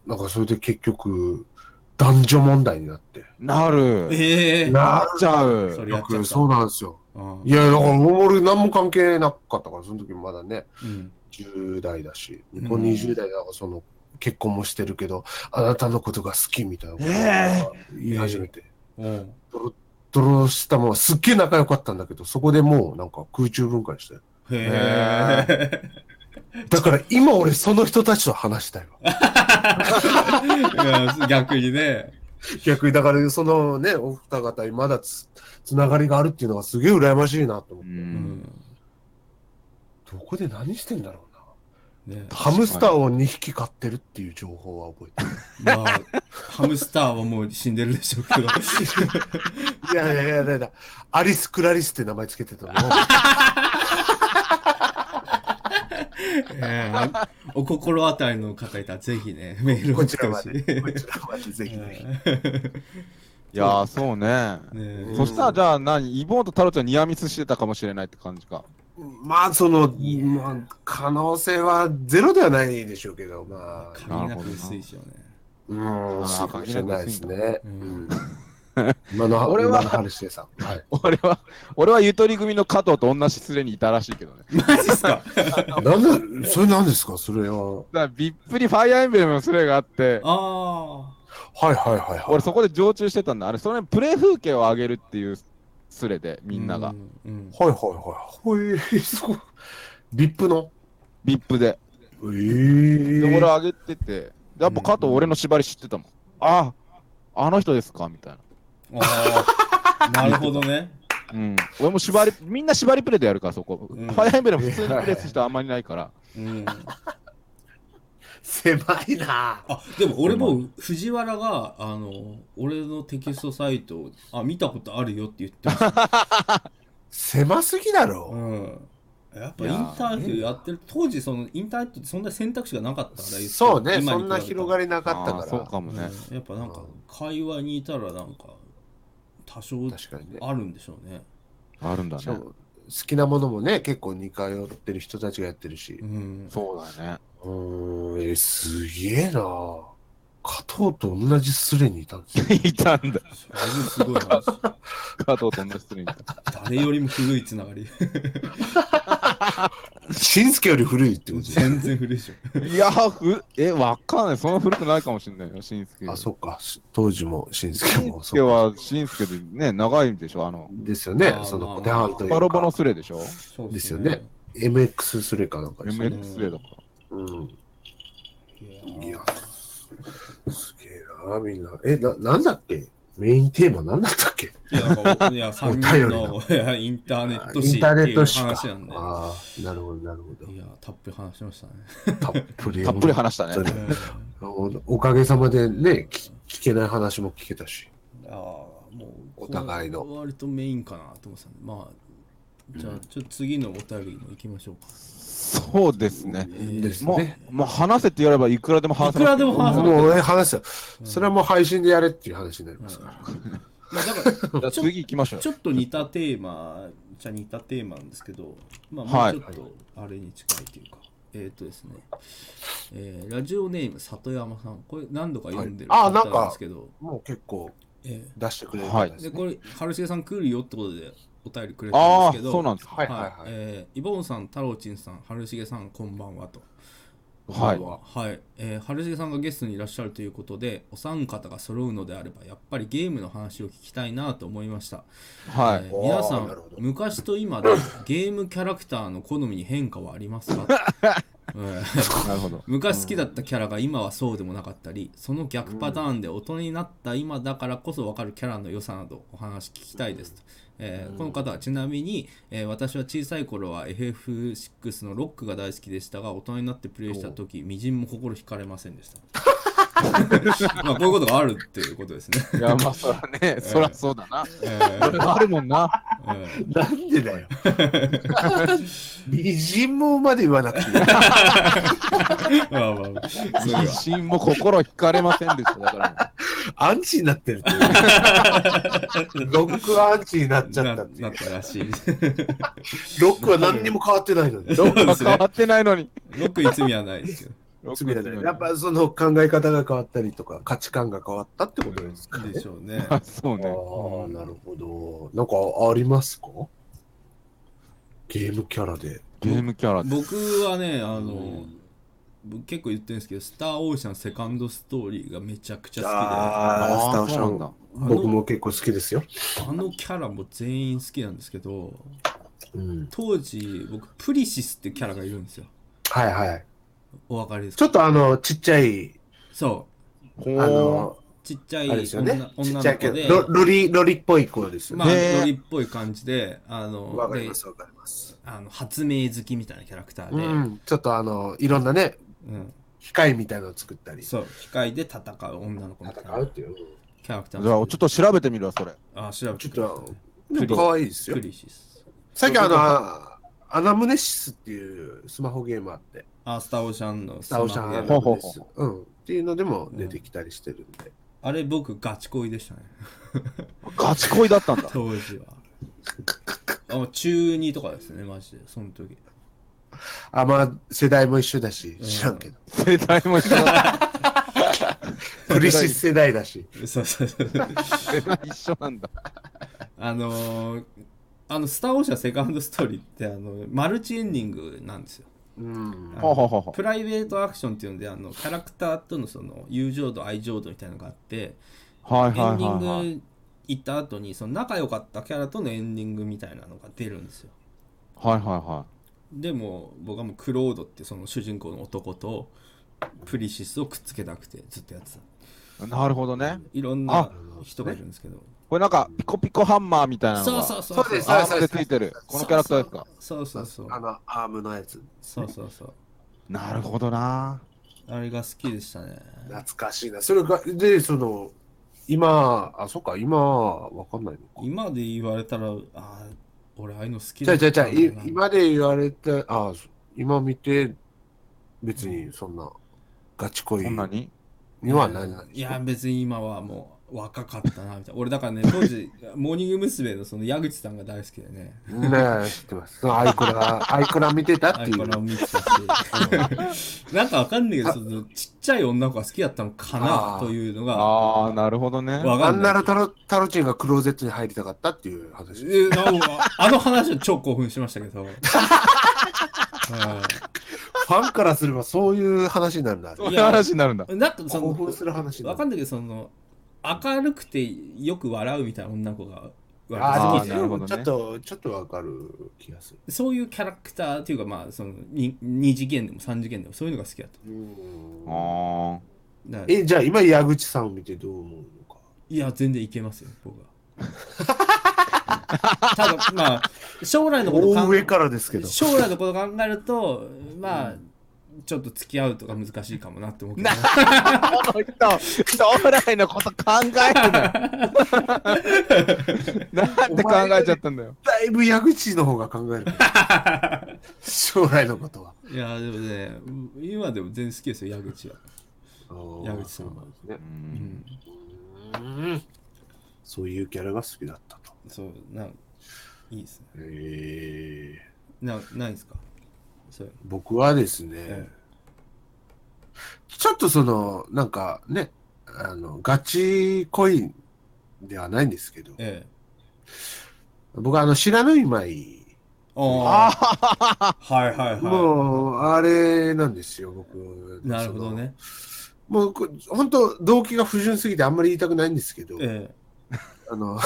S4: なんかそれで結局、男女問題になって。
S5: い。なる。
S3: えー
S4: な
S5: ちゃ。
S3: そうれや
S4: よ
S3: っちゃっ
S4: く、
S3: た
S4: そうなんですよ。
S3: うん
S4: いや、だから俺何も関係なかったから、その時まだね、
S3: うん
S4: 10代だし、
S3: うん
S4: 向こう20代だから、その、結婚もしてるけど、あなたのことが好きみたいなことを言い始めて。
S3: うん
S4: ドロしたもんすっげえ仲良かったんだけど、そこでもうなんか空中分解したよ。
S3: へえ
S4: だから今俺その人たちと話したいわ。
S3: いや逆にね
S4: 逆にだからそのね、お二方にまだつつながりがあるっていうのがすげえ羨ましいなと思
S5: う。
S4: っ
S3: うんん
S4: て。どこで何してんだろうな。
S3: ね
S4: ハムスターを2匹飼ってるっていう情報は覚えて
S3: まあハムスターはもう死んでるでしょう けど
S4: る。いやいやいやいやいや、 アリス・クラリスって名前つけてた の。
S3: えーお心当たりの方いたらぜひねメールを送っ
S4: こち
S3: てほ
S4: らま
S3: しい
S4: で。こちらまでぜひぜ
S5: いやー、そうね。
S3: ね
S5: そしたらじゃあ何イボンとタロちゃんニアミスしてたかもしれないって感じか。
S4: ひ。まあその、まあ、可能性はゼロではないでしょうけど、まあ。
S3: 髪なく薄いでしょうね
S4: うーん、
S5: あー
S4: そうかもしれないですね。
S3: う
S4: うんん、今の
S5: 俺は
S4: 今の話でさ、はい、
S5: 俺は、俺はゆとり組の加藤と同じ失礼にいたらしいけどね。
S3: マジっすか
S4: なんで、それなんですか、それは。
S5: だからびっくりファイアーエンブレムのスレがあって、
S3: あ
S4: はいはいはいはい。
S5: 俺そこで常駐してたんだ。あれ、それプレイ風景をあげるっていうスレで、
S3: ー
S5: みんな
S3: う
S5: が。
S3: うん
S4: はいはいはい。ほい、すごい。ビップの。
S5: ビップで。
S4: ええ
S5: で、
S4: ー。
S5: 俺あげてて、やっぱ加藤俺の縛り知ってたもん。ああ、あの人ですかみたいな。
S3: あーなるほどね
S5: うん。俺も縛り、みんな縛りプレイでやるから、そこ。
S3: うん
S5: ファイアーエンブレム普通にプレイする人あんまりないから。
S3: うん
S4: 狭いな。
S3: あでも俺も藤原があの俺のテキストサイトあ見たことあるよって言ってました、
S4: 狭すぎだろ。
S3: うん、やっぱインターネットやってる当時そのインターネットってそんな選択肢がなかったから
S4: そうね、そんな広が
S3: り
S4: りなかった
S5: あ
S4: か
S5: ーそう
S4: ら。
S5: かもね。
S3: うん、やっぱなんか会話にいたらなんか多少
S4: 確かにね。
S3: あるんでしょうね
S5: あるんだ
S4: しか
S5: ね
S4: も。好きなものもね、結構似通ってる人たちがやってるし
S3: う。ん
S5: そうだね。
S4: うーん、えーすげえな。加藤と同じスレにいたんです よ。
S5: いたんだ。
S3: それもすごい話
S5: 加藤と同じ人にいた。
S3: 誰よりも古いつながり
S4: しんすけより古いってことですね
S3: 全然古いでしょ
S5: いやーふ、え、わかんない。そんな古くないかもしれないよ、しんすけ。
S4: あ、そうか。し当時もしんす
S5: し
S4: け
S5: ん
S4: も
S5: すけ
S4: そうか。
S5: は、しんすけでね、長いんでしょ、あの、
S4: ですよね
S3: あ。ー
S4: そ
S3: まあ
S4: の小手半とい
S5: バロ
S4: う
S5: ボの
S4: か。
S5: スレでしょ
S3: そうっ
S4: ですよね MX スレかなんかですよね。
S5: ?MX スレだから。
S4: うん。
S3: い
S4: い
S3: や
S4: や、すげえな、みんな。え、な、なんだっけメインテーマなんだったっけ
S3: いや、なんかいや3人のいやインターネット誌
S4: イ
S3: っ
S4: ン
S3: て
S4: ターネッ
S3: いう
S4: ト誌か
S3: 話なん。で。
S4: ああ、なるほど、なるほど
S3: い。や、たっぷり話しましたね。
S4: たっぷり。
S5: たっぷり話したね。
S4: 本当に
S3: うん
S4: おおかげさまでね、き聞けない話も聞けたし。
S3: ああ、もう、
S4: お互いの
S3: これ割とメインかなと思ってたんで、まあ、じゃあ、ちょっと次のお便りも行きましょうか。
S5: そうですね。
S4: です
S5: も
S4: ね。
S5: う、もう話せって言わればいくらでも話せ
S3: いくらでも話せ
S4: もうね、話すよ。それはもう配信でやれっていう話になりますから。
S3: まあ、だから、
S5: じゃあ次行きましょう
S3: ち。ょっと似たテーマ、じゃ似たテーマなんですけど、まあ、も
S5: は
S3: う
S5: い
S3: ちょっと、あれに近いというか。えっ、とですね、えーラジオネーム里山さん、これ何度か読んでる
S4: はいあ
S3: 方
S4: ーなんか
S3: なんですけど、
S4: もう結構
S3: え
S4: 出してくれる
S5: はい
S4: みた
S3: ー
S4: です
S3: で
S4: ね
S3: これ、春重さん来るよってことでお便りくれた
S5: あ
S3: ん
S5: あ、
S3: ですけど、
S5: そうなんですか。
S4: はい
S3: は
S4: はいいはい。
S3: えーイボンさん、太郎ちんさん、春重さん、こんばんはと。
S5: はい
S3: 今日は、はいえー春重さんがゲストにいらっしゃるということでお三方が揃うのであればやっぱりゲームの話を聞きたいなと思いました、
S5: はい
S3: え。ー皆さ
S4: あーなる
S3: ん
S4: ほど
S3: 昔と今でゲームキャラクターの好みに変化はあります か、えー
S5: なるほど。
S3: 昔好きだったキャラが今はそうでもなかったりその逆パターンで大人になった今だからこそ分かるキャラの良さなどお話聞きたいですと、えーこの方はちなみに、えー私は小さい頃は FF6 のロックが大好きでしたが大人になってプレイした時みじんも心惹かれませんでした まあこういうことがあるっていうこと ですね、
S5: いや、まあ、そら ね、そらそうだな。
S3: え
S5: そ
S3: ー
S5: れはあるもんな。
S3: えー
S4: なん でだよ。 みじんもまで言わなくていい。
S3: まあまあまあそれ
S5: 自
S3: は
S5: 信も心惹かれませんでした。だ から、
S4: アンチになってるっていう。ロックはアンチになっちゃったってい
S3: な
S4: う
S3: なっ。たらしい
S4: ロックは何にも変わってないのに。
S5: どっか変わってないのに。
S3: ロックに罪はないです よ
S4: 罪だねやっぱその考え方が変わったりとか価値観が変わったってことですかね。
S3: でしょうね
S5: あそうね。
S4: ああ、なるほど。なんかありますかゲームキャラで。
S5: ゲームキャラで。
S3: 僕はねあの、僕結構言ってるんですけど「スター・オーシャンセカンドストーリー」がめちゃくちゃ
S4: あ
S5: あ
S4: あ、
S5: ー
S4: スターシ
S5: そうなんだ
S4: ョン。僕も結構好きですよ。
S3: 好きであのキャラも全員好きなんですけど
S4: うん。
S3: 当時僕プリシスってキャラがいるんですよ
S4: はいはい。
S3: お分かりです
S4: ちょ
S3: か
S4: っとあの、ちっちゃい、
S3: そ
S5: ほ
S4: あ
S5: ー
S4: の、
S3: うちっちゃ
S4: あ
S3: い
S4: れですよね
S3: 女。女
S4: ちっ
S3: の
S4: ちゃいけ
S3: 子で
S4: ど、ロロリ、ロリっぽい子ですよ
S3: ま
S4: ね。
S3: あ
S5: ね
S3: ロリっぽい感じであの
S4: わかり
S3: で
S4: ますわかります。
S3: あの発明好きみたいなキャラクター
S4: う
S3: で、
S4: ん。ちょっとあの、いろんなね、
S3: うん
S4: 機械みたいなのを作ったり。
S3: そう機械で戦う女の子みたい
S4: 戦うっ
S3: な
S4: ていう。
S3: キャラクター
S5: じゃあ、ち
S3: な
S5: ょっ
S3: んです
S5: と調べてみるわ、それ。
S3: あ調べ
S4: ち
S3: て
S4: ょっと、
S3: ク
S4: で
S3: リ
S4: も可愛いですよ
S3: プ。リシス
S4: さっきあの、あアナムネシスっていうスマホゲームあって、
S3: あスター・オーシャンの
S4: ス
S3: ス
S4: ター
S3: マ
S4: オ
S3: ホ
S4: ーシャン
S3: ゲ
S4: ア
S3: ーム
S4: ナムネシス。うん。っていうのでも出てきたりしてるんで。
S3: あれ僕ガチ恋でしたね
S5: ガチ恋だったんだ。
S3: 当時はあもう中2とかですねマジでその時
S4: あ、まあ、世代も一緒だし、知らんけど。
S5: 世代も一緒 だ。
S4: プリシス世代だし。
S3: そうそうそう
S5: 世代一緒なんだ。
S3: あのー、あの「スター・オーシャンセカンド・ストーリー」ってあのマルチエンディングなんですよ
S4: うん。
S3: あ
S5: ほうほうほうほ
S3: プライベートアクションっていうのであのキャラクターとのその友情度愛情度みたいなのがあって
S5: う。はい
S3: エンデ
S5: はい
S3: ィ
S5: はいはい。
S3: ング行った後にその仲良かったキャラとのエンディングみたいなのが出るんですよ
S5: はいはいは
S3: でも僕はもうクロードってその主人公の男とプリシスをくっつけたくてずっとやってた
S5: い。なるほどね。
S3: いろん
S5: あ
S3: な人がいるんですけど
S5: これなんか、ピコピコハンマーみたいなの
S3: そう
S5: が。
S3: そうそう
S4: そうです
S5: アームでついてる。このキャラクターですか。
S3: そうそうそう
S4: あの、アームのやつ。
S3: そうそうそう
S5: なるほどな。
S3: あれが好きでしたね
S4: 懐かしいな。それが、で、その、今、あ、そっか、今、わかんないのか。
S3: 今で言われたらあー俺ああいうの好き
S4: じ
S3: だ
S4: ゃあじゃあじゃあ、い
S3: な
S4: 今で言われて、あそ今見て、別にそんな、ガチ恋
S5: こんなに
S4: にはならない。
S3: いや別に今はもう若かったなみたいな俺だからね当時モーニング娘。のその矢口さんが大好きでね
S4: ねえ、知ってます。そのアイコ ラ、アイコラ見てた
S3: ア
S4: って
S3: イ
S4: い
S3: コラを
S4: う。
S3: 見てたしうんなんかわかんないけどそのちっちゃい女の子が好きだったのかな
S4: あー
S3: というのが
S5: ああ、なるほどね。
S3: わ
S4: あ
S3: か
S4: ん
S3: んな
S4: ないらタロ、タロチンがクローゼットに入りたかったっていう話です。
S3: えなんかあの話は超興奮しましたけ ど。はい
S4: ファンからすればそういう話になるんだ。
S5: そういう話になるんだ。
S3: なんかそ
S4: 興奮
S3: の、
S4: する話にな
S3: わ
S4: る
S3: か。んないけど、その、明るくてよく笑うみたいな女の子が、
S4: あ
S5: あ
S4: あ、
S5: ー
S4: で
S5: なるほ
S4: も、
S5: どね
S4: ちょっと、ちょっとわかる気がする。
S3: そういうキャラクターっていうか、まあ、そのに二次元でも三次元でもそういうのが好きだと。
S4: うん
S5: あ
S3: だから
S4: え、じゃあ今、矢口さんを見てどう思うのか。
S3: いや、全然いけますよ、僕 は。ただ、まあ、将来のこと
S4: 大
S3: 考え
S4: 上からですけど。
S3: 将来のこと考えると、まあ、ちょっと付き合うとか難しいかもなって思うけどね、
S5: あ。この人、将来のこと考 えるんだよ。なんて考えちゃったんだよ。
S4: だいぶ矢口の方が考 えるけど。将来のことは。
S3: いやでもね今でも全然好きですよ矢口は、矢口さん
S4: そうなんですね
S5: う。
S3: うんん、
S4: うんそういうキャラが好きだったと。
S3: そうなんいいですね
S4: えー
S3: なないですかそういう
S4: 僕はです
S3: え
S4: ね、ちょっとその、なんかね、あの、ガチ恋ではないんですけど、
S3: ええ
S4: 僕はあの、知らぬい舞
S3: ああ
S5: あ
S3: あ、はいはいは
S4: もう、あれなんですよ、僕。
S3: い。なるほどね。
S4: その。もうこ、本当動機が不純すぎてあんまり言いたくないんですけど、
S3: え
S4: あの、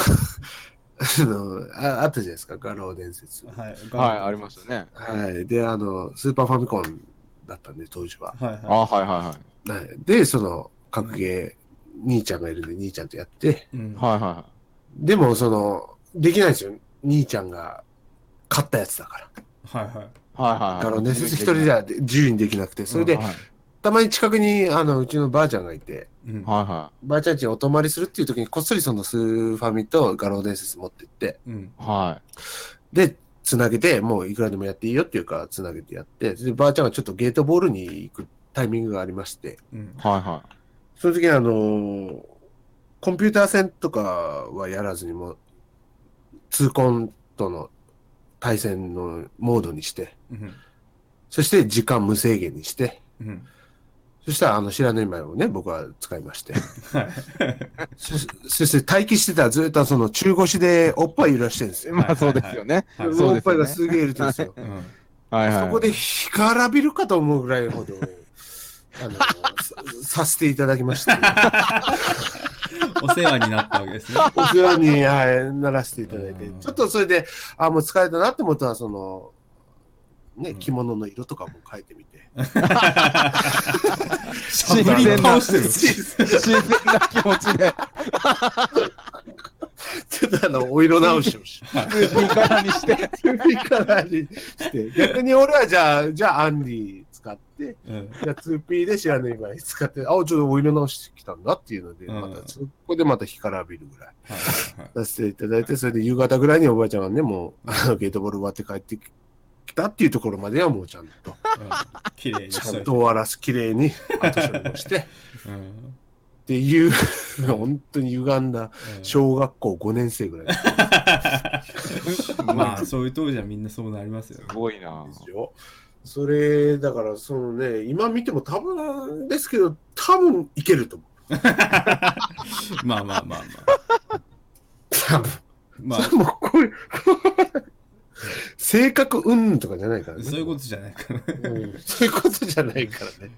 S4: あのあ、あったじゃないですか、画廊伝説
S3: え。はい。
S5: あ、はい、ありましたね。
S4: はい。で、あの、スーパーファミコンだったんで、当時は。
S3: はい
S5: あ
S3: は
S5: はいはいはい。
S4: はい、で、その、格ゲー、兄ちゃんがいるんで、兄ちゃんとやって、
S3: い。うん。
S5: はいは
S4: でも、その、できないんですよ。兄ちゃんが買ったやつだから。
S3: はいはい。
S5: い。はいはいはい。
S4: あのね、一人じ
S5: ゃ。
S4: ゃ自由にできなくて、それ
S5: はい
S4: で、たまに近くに、あの、うちのばあちゃんがいて、
S3: うん。
S5: は
S4: ばあちゃん家にお泊まりするっていう時に、こっそりそのスーファミと画廊伝説持ってって、
S3: うん。
S5: いは
S4: で、つなげて、もういくらでもやっていいよっていうから、つなげてやって、で、ばあちゃんがちょっとゲートボールに行くタイミングがありまして、
S3: うん
S5: い。。はいは
S4: その時にあのーコンピューター戦とかはやらずにもう、痛恨との対戦のモードにして、
S3: うん。
S4: そして時間無制限にして、
S3: うん。
S4: そしたらあの知らぬ今をね、僕は使いま して。
S3: はい。
S4: そそして待機してたらずっとその中腰でおっぱい揺らしてるんです
S5: い。
S4: よ。
S5: まあそうですよね。
S3: はい
S5: そう
S4: お
S5: で
S4: っ
S5: すよ
S4: ぱい
S5: ね
S4: がすげえいるんですよ。
S3: うん。
S5: はいはい。
S4: そこで干からびるかと思うぐらいほ ど、あの、ささせていただきました、
S3: お世話になったわけです ね。
S4: お世話に、はい、ならせていただいて
S3: うん、
S4: ちょっとそれで、あ、もう疲れたなって思ったら、その、
S3: う
S4: ね、
S3: ん
S4: 着物の色とかも変えてみて。
S3: しゃぶり倒してる。
S5: 新鮮な気持ちで、
S4: ちょっとあの、お色直しをし、
S5: 普通に柄にして。
S4: 首からにして、逆に俺はじゃあ、じゃあ、アンディ使って、
S3: うん。
S4: じゃあ 2P で知らぬ今に使って、あ、ちょっとお色直してきたんだっていうので、
S3: うん
S4: また、そこでまた干からびるぐらい。
S3: はいはいはい。
S4: させていただいて、それで夕方ぐらいにおばあちゃんがね、もう、あのゲートボール終わって帰ってきたっていうところまではもうちゃんと、
S3: うん綺麗に
S4: ち
S3: し
S4: ゃ
S3: とい
S4: ん
S3: て
S4: と。終わらす、綺麗に後処理をして、っ
S3: うんうん
S4: ていう、 本当に歪んだ小学校5年生ぐらいです
S3: まあ、そういう当時はみんなそうなりますよね。
S5: すごいな。
S4: よ。それ、だから、そのね、今見ても多分ですけど、多分いけると思う。
S3: まあまあまあ
S4: 多分。
S3: まあ。ま
S4: それもうこれ、性格うんとかじゃないか
S3: あ、
S4: らね。
S3: そういうことじゃないかな。
S4: うんそういうことじゃないからね。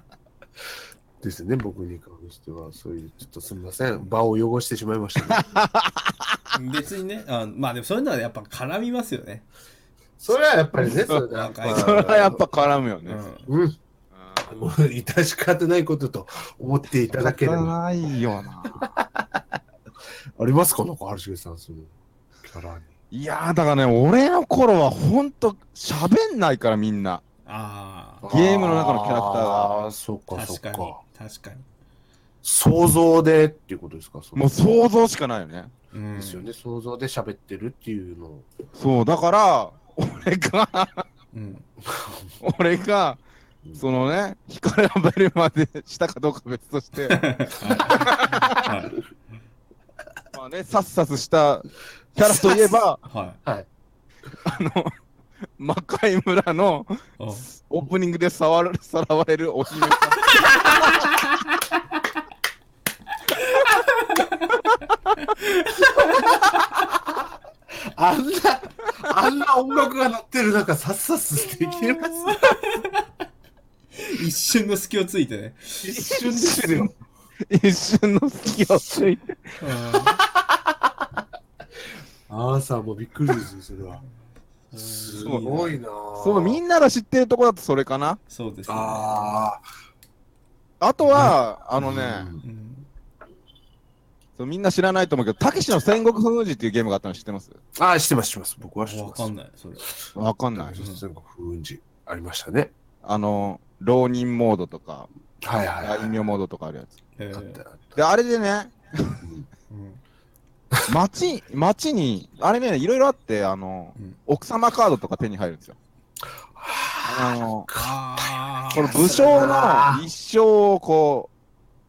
S4: ですね、僕に関しては、そういう、ちょっとすみません、場を汚してしまいました、ね。
S3: 別にね、あまあでもそういうのはやっぱ絡みますよね。
S4: それはやっぱりね、それ
S3: は
S5: それはやっぱ。絡むよ
S3: う
S5: ね。
S3: ん。
S4: うん、もう致し方ないことと思っていただければ。
S5: ないよな。
S4: ありますか、なんか、春重さん、そのキャラに。
S5: いやーだからね、俺の頃はほんと喋んないからみんな。
S3: ああ、
S5: ゲームの中のキャラクターが
S4: あー、そっか、そっ
S3: 確かに
S4: か。。
S3: 確かに。
S4: 想像でっていうことですか、その
S5: もう想像しかないよね。
S3: うん
S4: ですよね、想像で喋ってるっていうのを。
S5: そう、だから、俺が、
S3: うん。
S5: 俺が、そのね、光らべるまでしたかどうか別 として、
S3: はい。
S5: まあね、さっさとしたキャラといえば、
S3: は
S5: あの、魔界村の
S3: い。あ
S5: オープニングでさわるさらわれるお姫様。
S4: あんな、あんな音楽が鳴ってる中、さっさっできます
S3: 一瞬の隙をついてね。
S5: 一瞬ですよ。 一瞬の隙をついて。
S3: あ
S4: あーさんもびっくりですよ、それは。
S3: ー
S4: す
S5: ごいな
S4: ごいな
S5: そう、み
S4: な。
S5: んなが知ってるとこだとそれかな。
S3: そうですね。
S4: あ
S5: あとは、あ
S4: あ
S5: のね、
S3: うん
S5: そうみんな知らないと思うけど、たけしの戦国封じっていうゲームがあったの知ってます
S4: ああ、してます、してます。僕はして
S3: わ
S4: ます。
S3: かんない、それ。
S5: わかん
S4: な
S5: ないい。
S4: 全国風雲児ありましたね。
S5: あの、浪人モードとか、
S4: はいはいはい。
S5: 大名モードとかあるやつ。
S3: え
S4: あっ
S3: ー
S4: たあった
S5: で、あれでね、
S3: うん
S5: 町、町に、あれね、いろいろあって、あの、
S3: うん
S5: 奥様カードとか手に入るんですよ。あの、
S3: あ
S5: この武将の一生をこう、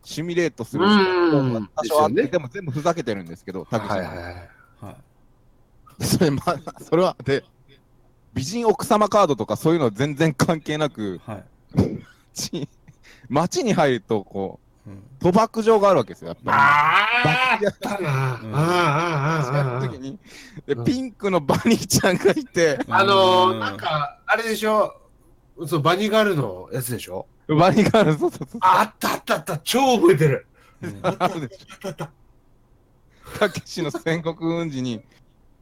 S5: シミュレートするみたいな
S4: うーん
S5: 多少あっ
S4: ですよね
S5: て、でも全部ふざけてるんですけど、たけし
S4: はいは
S5: はい
S4: はい。
S3: あ。はい。
S5: それ、まあ、それは、で、美人奥様カードとかそういうの全然関係なく、
S3: はい。
S5: ち街に入ると、こう、賭博場があるわけですよ、やっぱり。
S4: ああやったな。あ
S3: うん
S4: あああああ
S5: そ
S4: あ
S5: の時にでピンクのバニーちゃんがい て、
S4: あのー、なんか、あれでしょそう、バニーガールのやつでしょ
S5: バニーガールズ、そうそうそう
S4: ああったあったあった、超覚えてる。
S5: あるでしょ。たけしの戦国軍事に、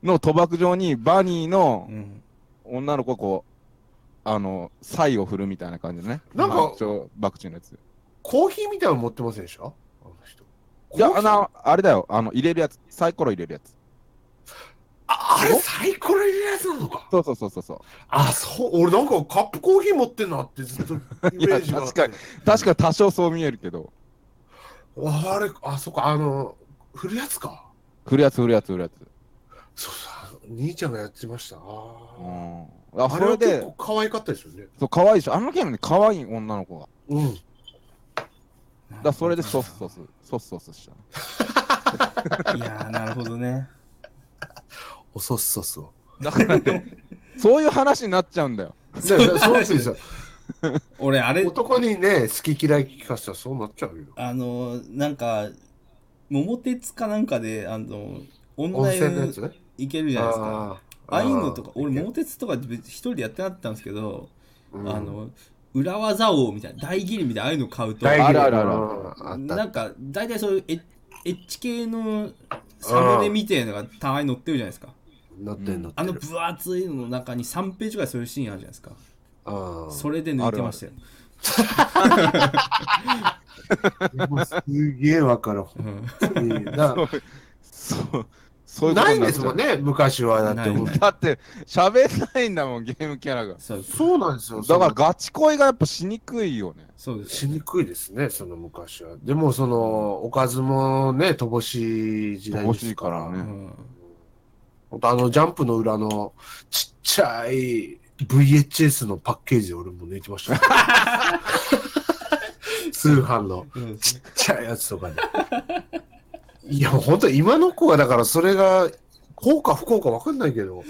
S5: の賭博場に、バニーの
S3: うん
S5: 女の子、こう、あの、サイを振るみたいな感じでね。
S4: なんか
S5: 爆鳥爆中のやつ。
S4: コーヒーみたいなの持ってませんでしたあの人。
S5: いや、
S4: コー
S5: あ
S4: ヒー
S5: の、あれだよ、あの、入れるやつ、サイコロ入れるやつ。
S4: ああれサイコロ入れるやつなのか。
S5: そうそうそうそうそう。
S4: あ、そう、俺なんかカップコーヒー持ってんなってずっとイメージがあって。
S5: いや確確か多少そう見えるけど、
S4: あれ、あ、そっか、あの、振るやつか。
S5: 振るやつ振るやつ振るやつ。
S4: そうそう、兄ちゃんがやってました。あ
S5: う
S4: ー
S5: ん。あ、
S4: あ
S5: そ
S4: れは
S5: れ
S4: 結
S5: で、
S4: 構可愛かったですよね。
S5: そう、可愛いでしょ。あのゲームね、可愛い女の子が。
S4: うん。
S5: だからそれでソスソス、ソスソスした。
S3: いやーなるほどね。
S4: おそっそっそ。
S5: だからね、 そういう話になっちゃうんだよ。
S4: そうそうですよ。
S3: 俺あれ
S4: 男にね、好き嫌い聞かせたらそうなっちゃうよ。
S3: あのーなんか桃鉄かなんかであの
S4: 温
S3: 女
S4: 泉のやつ
S3: 湯
S4: ね。
S3: 行けるじゃないですか。ああいうのとか俺桃鉄とか別に一人でやってなかったんですけど、
S4: うん
S3: あの裏技王みたいな大切りみたいなああいうの買うと
S4: 大
S5: ある
S4: 嫌い
S5: あるある
S4: うんあっ
S3: なんか大体そういうエッエッチ系のサムネみたいなのがたまに載ってるじゃないですか
S4: たなってんの
S3: あの分厚いのの中に3ページぐらいそういうシーンあるじゃないですか
S4: あ
S3: それで抜いてましたよ
S4: れもすげえわかる
S3: うん
S4: 本当 にだ
S5: そう、そう、そういうこと
S4: ない
S5: に
S4: ん
S5: なっ
S4: です
S5: ちゃう
S4: もんね昔はだ
S3: な
S4: っ
S3: い
S4: て
S3: ない
S5: だって、喋んないんだもん、ゲームキャラが。
S3: そうです
S4: そうなんですよ
S5: だからガチ恋がやっぱしにくいよね。
S3: そうです
S4: しにくいですねその昔はでもそのおかずもね乏しい時代
S5: 欲
S4: で
S5: しい
S4: す
S5: か
S4: からら
S5: ね。
S3: ん
S4: ほんとあのジャンプの裏のちっちゃい VHS のパッケージ俺も抜いてました 通販の
S3: うん
S4: ちっちゃいやつとかで。いや、本当今の子はだからそれが、効か不効か分かんないけど、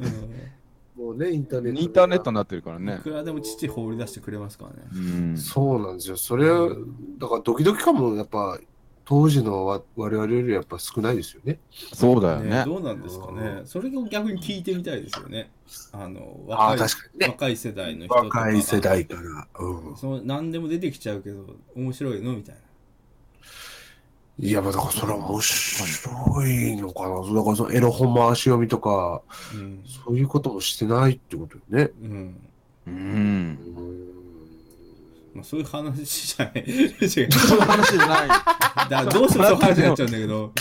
S3: うん
S4: もうね、インターネット。
S5: インターネット。になってるからね
S3: い。くらでも父放り出してくれますからね
S5: うん。
S4: そうなんですよ。それ、だからドキドキ感もやっぱ、当時のわ我々よりやっぱ少ないですよね。
S5: そうだよ
S3: ね
S5: ね。
S3: どうなんですかねそれを逆に聞いてみたいですよねあの
S4: ああ、
S3: 若い
S4: 確かにね。
S3: 若い世代の人とか
S4: 若い世代から。うん。
S3: その何でも出てきちゃうけど面白いのみたい
S4: いや、まあだからそれは面白いのかな。だからそのエロ本回し読みとか、
S3: なうん
S4: そういうこともしてないってことよね。
S3: うん
S5: う
S4: う
S5: ん。
S4: ん
S3: まあ、そういう話じゃない違うだ
S5: そういう話じゃ ない。
S3: からどうしてもそういう話になっちゃうんだけど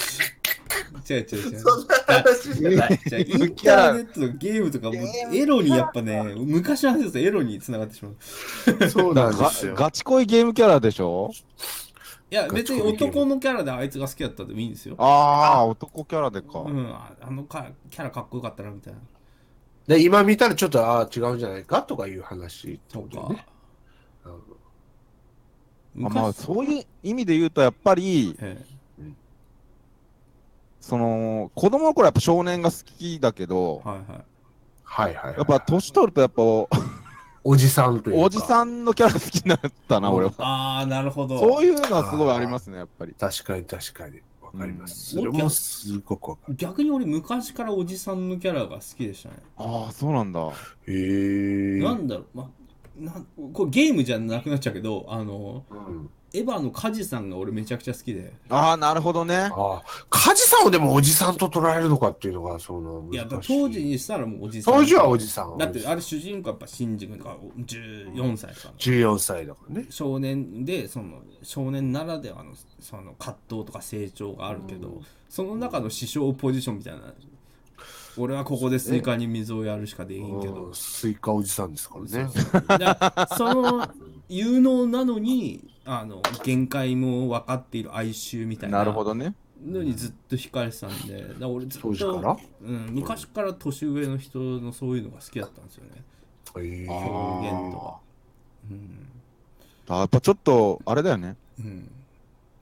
S3: 違う違う違う
S4: 話じゃない。
S3: じゃあインターネットのゲームとかもエロにやっぱね昔の話ですとエロに繋がってしまう
S4: そうなんで
S5: ガ
S4: すよ。
S5: ガチ恋ゲームキャラでしょ
S3: いや別に男のキャラであいつが好きだったってもいいんですよ
S5: ああ、男キャラでか。
S3: うん、ああのかキャラかっこよかったなみたいな
S4: で今見たらちょっとああ違うんじゃないかとかいう話って
S3: と
S4: こと
S3: か
S4: よね。うん
S5: あまあ、
S3: 昔
S5: そういう意味で言うと、やっぱり、
S3: え
S5: その、子供の頃やっぱ少年が好きだけど
S3: え、はいはい
S4: はいはいはい。
S5: やっぱ年取るとやっぱ、お
S4: おじさんというか。
S5: じさんのキャラ好きになったな、俺は。
S3: ああなるほど
S5: そういうのはすごいありますね、やっぱり。
S4: 確かに確かに。わかります。
S3: うん
S4: それもすごくわか
S3: 逆に俺昔からおじさんのキャラが好きでしたね、
S5: ああ、そうなんだ。
S4: る。へえ。
S3: なんだろうまあなんこれゲームじゃなくなっちゃうけどあの
S4: うん
S3: エヴァのカジさんが俺めちゃくちゃ好きで
S5: ああ、なるほどね。
S4: ああ、カジさんをでもおじさんと捉えるのかっていうのが、その
S3: いや
S4: 難しい
S3: 当時にしたらもうおじさん
S4: 当時はおじさん。
S3: だってあれ主人公やっぱ新人が14歳とかの
S4: 14歳だからね。
S3: 少年でその少年ならではのその葛藤とか成長があるけど、
S4: うん
S3: その中の師匠ポジションみたいな俺はここでスイカに水をやるしかできんけど
S4: うん、スイカおじさんですからね。
S3: だからその有能なのにあの限界も分かっている哀愁みたいな
S5: なるほ
S3: の
S5: どね。
S3: にずっと惹かれてたんでだから俺ずっ
S4: 当時か
S3: と、
S4: ら
S3: うん、昔から年上の人のそういうのが好きだったんですよね
S4: へえ
S5: あ
S3: 表
S5: ー
S3: 現とか。うん
S5: あやっぱちょっと、あれだよね。
S3: うん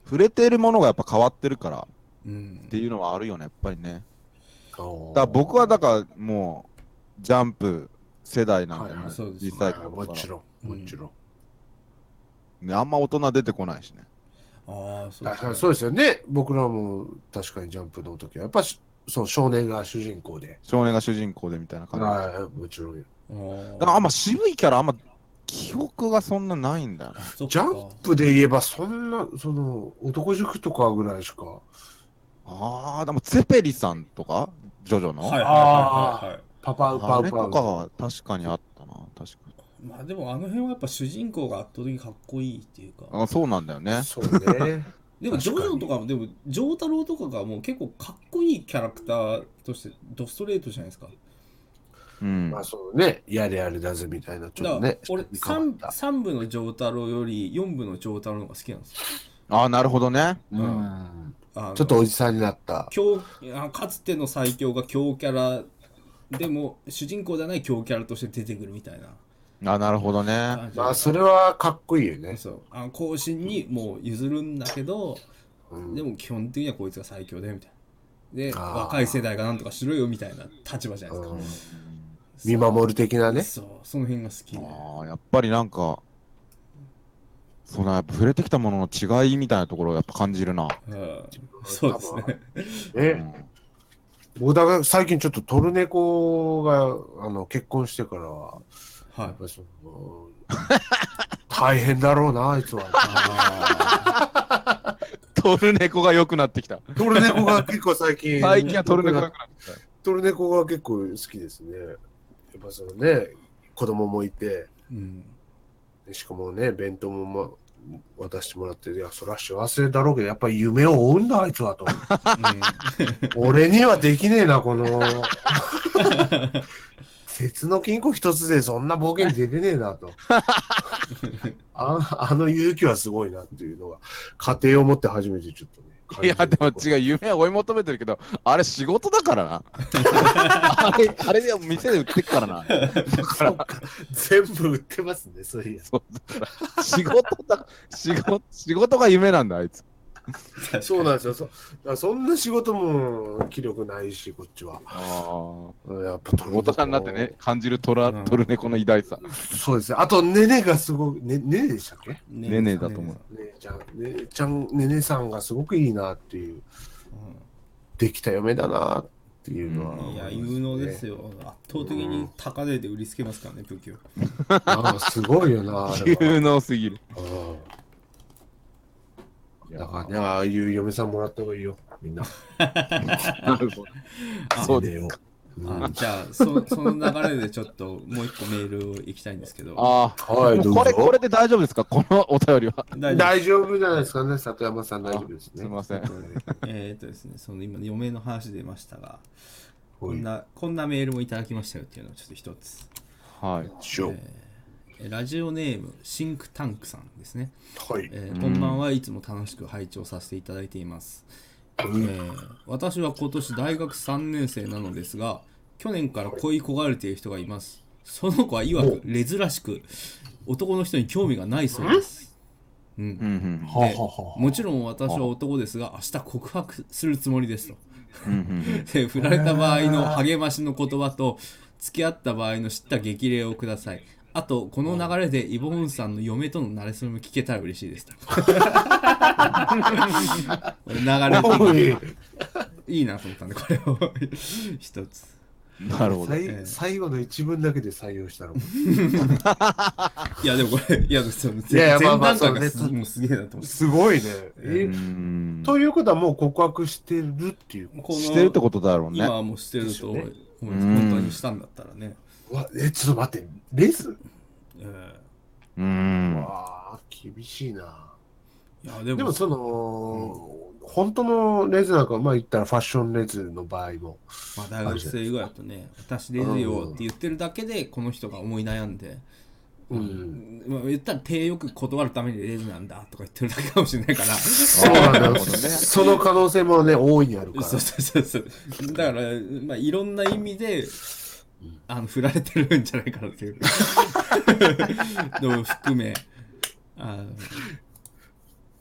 S5: 触れてるものがやっぱ変わってるから
S3: うん
S5: っていうのはあるよね、やっぱりね。
S4: だ
S5: だから僕はだからもう、ジャンプ世代なんだよ
S4: はいは
S5: ね
S4: い
S3: そう。です
S5: 実際か
S4: もち
S5: ら。
S4: ろん、もちろん。
S5: ねあんま大人出てこないしね。
S3: あああ、そう
S4: 確かにそうですよね。僕らも確かにジャンプの時は、やっぱしその少年が主人公で。
S5: 少年が主人公でみたいな感じ。だか
S4: はい、もちろんよ。
S3: あ
S5: ら
S3: あ
S5: あんま渋いキャラ、あんま記憶がそんなないんだよね。
S3: そっ
S4: ジ
S3: か
S4: ャンプで言えば、そんな、その、男塾とかぐらいしか。
S5: ああ、でも、ゼペリさんとか、ジョジョの。
S3: はいはいはいはいはい
S4: パパウパ
S5: あ
S4: ウ
S5: れ
S4: パ
S5: と
S4: ウ。
S5: かは確かにあったな、確かに。
S3: まあでもあの辺はやっぱ主人公が圧倒的にかっこいいっていうか
S5: あそうなんだよね。
S4: そうね。
S3: でもジョジ
S4: 確か
S3: ョ
S4: に
S3: とかもでもジョータロウとかがもう結構かっこいいキャラクターとしてドストレートじゃないですか
S5: うん
S4: ま。あそうね。やれやれだぜみたいな、ちょ
S3: だ
S4: っと
S3: から
S4: ね。
S3: 俺
S4: 見変わっ
S3: 3,
S4: た
S3: 三部のジョータロウより4部のジョータロウの方が好きなんですよ
S5: ああ、なるほどね。
S3: ん
S4: うん。
S3: あの
S4: ちょっとおじさんになった。
S3: 強あかつての最強が強キャラでも主人公じゃない強キャラとして出てくるみたいな
S5: あなるほどね。
S3: 感じ
S4: まあ、それはかっこいいよね。
S3: そうあの後進にもう譲るんだけど
S4: うん
S3: でも基本的にはこいつが最強だよみたいな。で、
S4: あー
S3: 若い世代がなんとかしろよみたいな立場じゃないですか
S4: うん。見守る的なね。
S3: そう、その辺が好きで。
S5: ああ、やっぱりなんか、そうだ、やっぱ触れてきたものの違いみたいなところをやっぱ感じるな。
S3: うん、そうですね。
S5: う
S4: ね。
S5: ん、
S4: 僕だから最近ちょっとトルネコが、あの、結婚してからは、
S3: はい
S4: やっ。ぱりその、大変だろうな、あいつは。
S5: トルネコが良くなってきた。
S4: トルネコが結構最近。
S5: 最近はトルネコが良くなってきた。
S4: トルネコが結構好きですね。やっぱそのね、子供もいて、
S3: うん。
S4: しかもね、弁当も、ま、渡してもらって、いや、そりゃ幸せだろうけど、やっぱり夢を追うんだ、あいつはと。俺にはできねえな、こ の。鉄の金庫一つでそんな冒険出てねえなと。ああの勇気はすごいなっていうのが、家庭を持って初めてちょっとね。
S5: いや、でも
S4: う。
S5: 違う、夢を追い求めてるけど、あれ仕事だからな。あれ、あれで店で売ってっからな。
S4: そっか全部売ってますね、そういうやつ。
S5: 仕事だ、仕事、仕事が夢なんだ、あいつ。
S4: そうなんですよ。そだからそんな仕事も気力ないし、こっちは。
S5: あ
S4: うんやっぱ
S5: 大人になってね、感じるトラ、
S3: うん
S5: トルネコの偉大さ。
S4: そうですね。あと、ねねがすごく、ね、ねねでしたっけ
S5: ねねだと思う
S4: ねちゃん、ねちゃん、ねねさんがすごくいいなっていう、できた嫁だなっていうのは、
S3: うんいや、有能です
S4: よ。
S3: よ。圧倒的に高値で売りつけますからね、武器を。
S4: ああすごいよな、あれは。
S5: 有能すぎる。
S4: うんだからね、ああいう嫁さんもらった方がいいよ、みんな。
S5: なるほど。そうです。
S4: よ。うん
S3: あじゃあそ、 その流れでちょっともう一個メールをいきたいんですけど。
S5: ああ、
S4: はい、どう
S5: これ、こ
S4: ぞ。
S5: れで大丈夫ですかこのお便りは。
S3: 大丈夫
S4: 大丈夫じゃないですかね、里山さん、大丈夫ですね。
S5: すいません。
S3: えーっとですね、その今、余命の話出ましたが、こ
S4: こ
S3: ん
S4: んな。
S3: な、こんなメールもいただきましたよっていうのをちょっと一つ。
S5: はい。
S4: しょう
S3: えーラジオネームシンクタンクさんですね、
S4: はい。
S3: えー
S5: うん
S3: こんばんはいつも楽しく拝聴させていただいています、えー私は今年大学3年生なのですが去年から恋焦がれている人がいますその子は曰く珍しく男の人に興味がないそうですうん
S5: うんうん。
S4: はあはあはあ
S3: もちろん私は男ですが明日告白するつもりですと
S5: うんうん
S3: で振られた場合の励ましの言葉と付き合った場合の知った激励をくださいあとこの流れでイボンさんの嫁との馴れ初めも聞けたら嬉しいですと流
S4: お
S3: れ
S4: い
S3: ていいなと思ったんでこれを一つ
S5: うんなるほど。
S4: 最最後の一文だけで採用したの。
S3: いやでもこれいやその
S4: いやいや
S3: 前
S4: まあまあ
S3: 段階が
S4: そう
S3: すもうすげえなと思って
S4: すごいね。
S5: う
S4: え
S5: ん
S4: ということはもう告白してるっていう。
S3: この
S5: してるってことだろうね
S3: 今。はもうしてると思いま
S5: です
S3: す
S5: よね
S3: 本当にしたんだったらね、
S4: うわえ、ちょっと待って、レス
S3: え
S5: うん。
S4: わあ、厳しいな。
S3: えいやでも
S4: でもその、本当のレズなんか、まあ言ったらファッションレズの場合も。
S3: まあ、大学生以外だとね私ですよって言ってるだけでこの人が思い悩んで
S4: うん。
S3: まあ、言ったら手よく断るためにレズなんだとか言ってるだけかもしれないからそ
S4: そうなんだ
S5: な
S4: よ
S5: るほどね。
S4: その可能性もね、大いにあるか
S3: う
S4: ら。
S3: そうそうそうだから、まあ、いろんな意味であの振られてるんじゃないかなっていうのも含めあの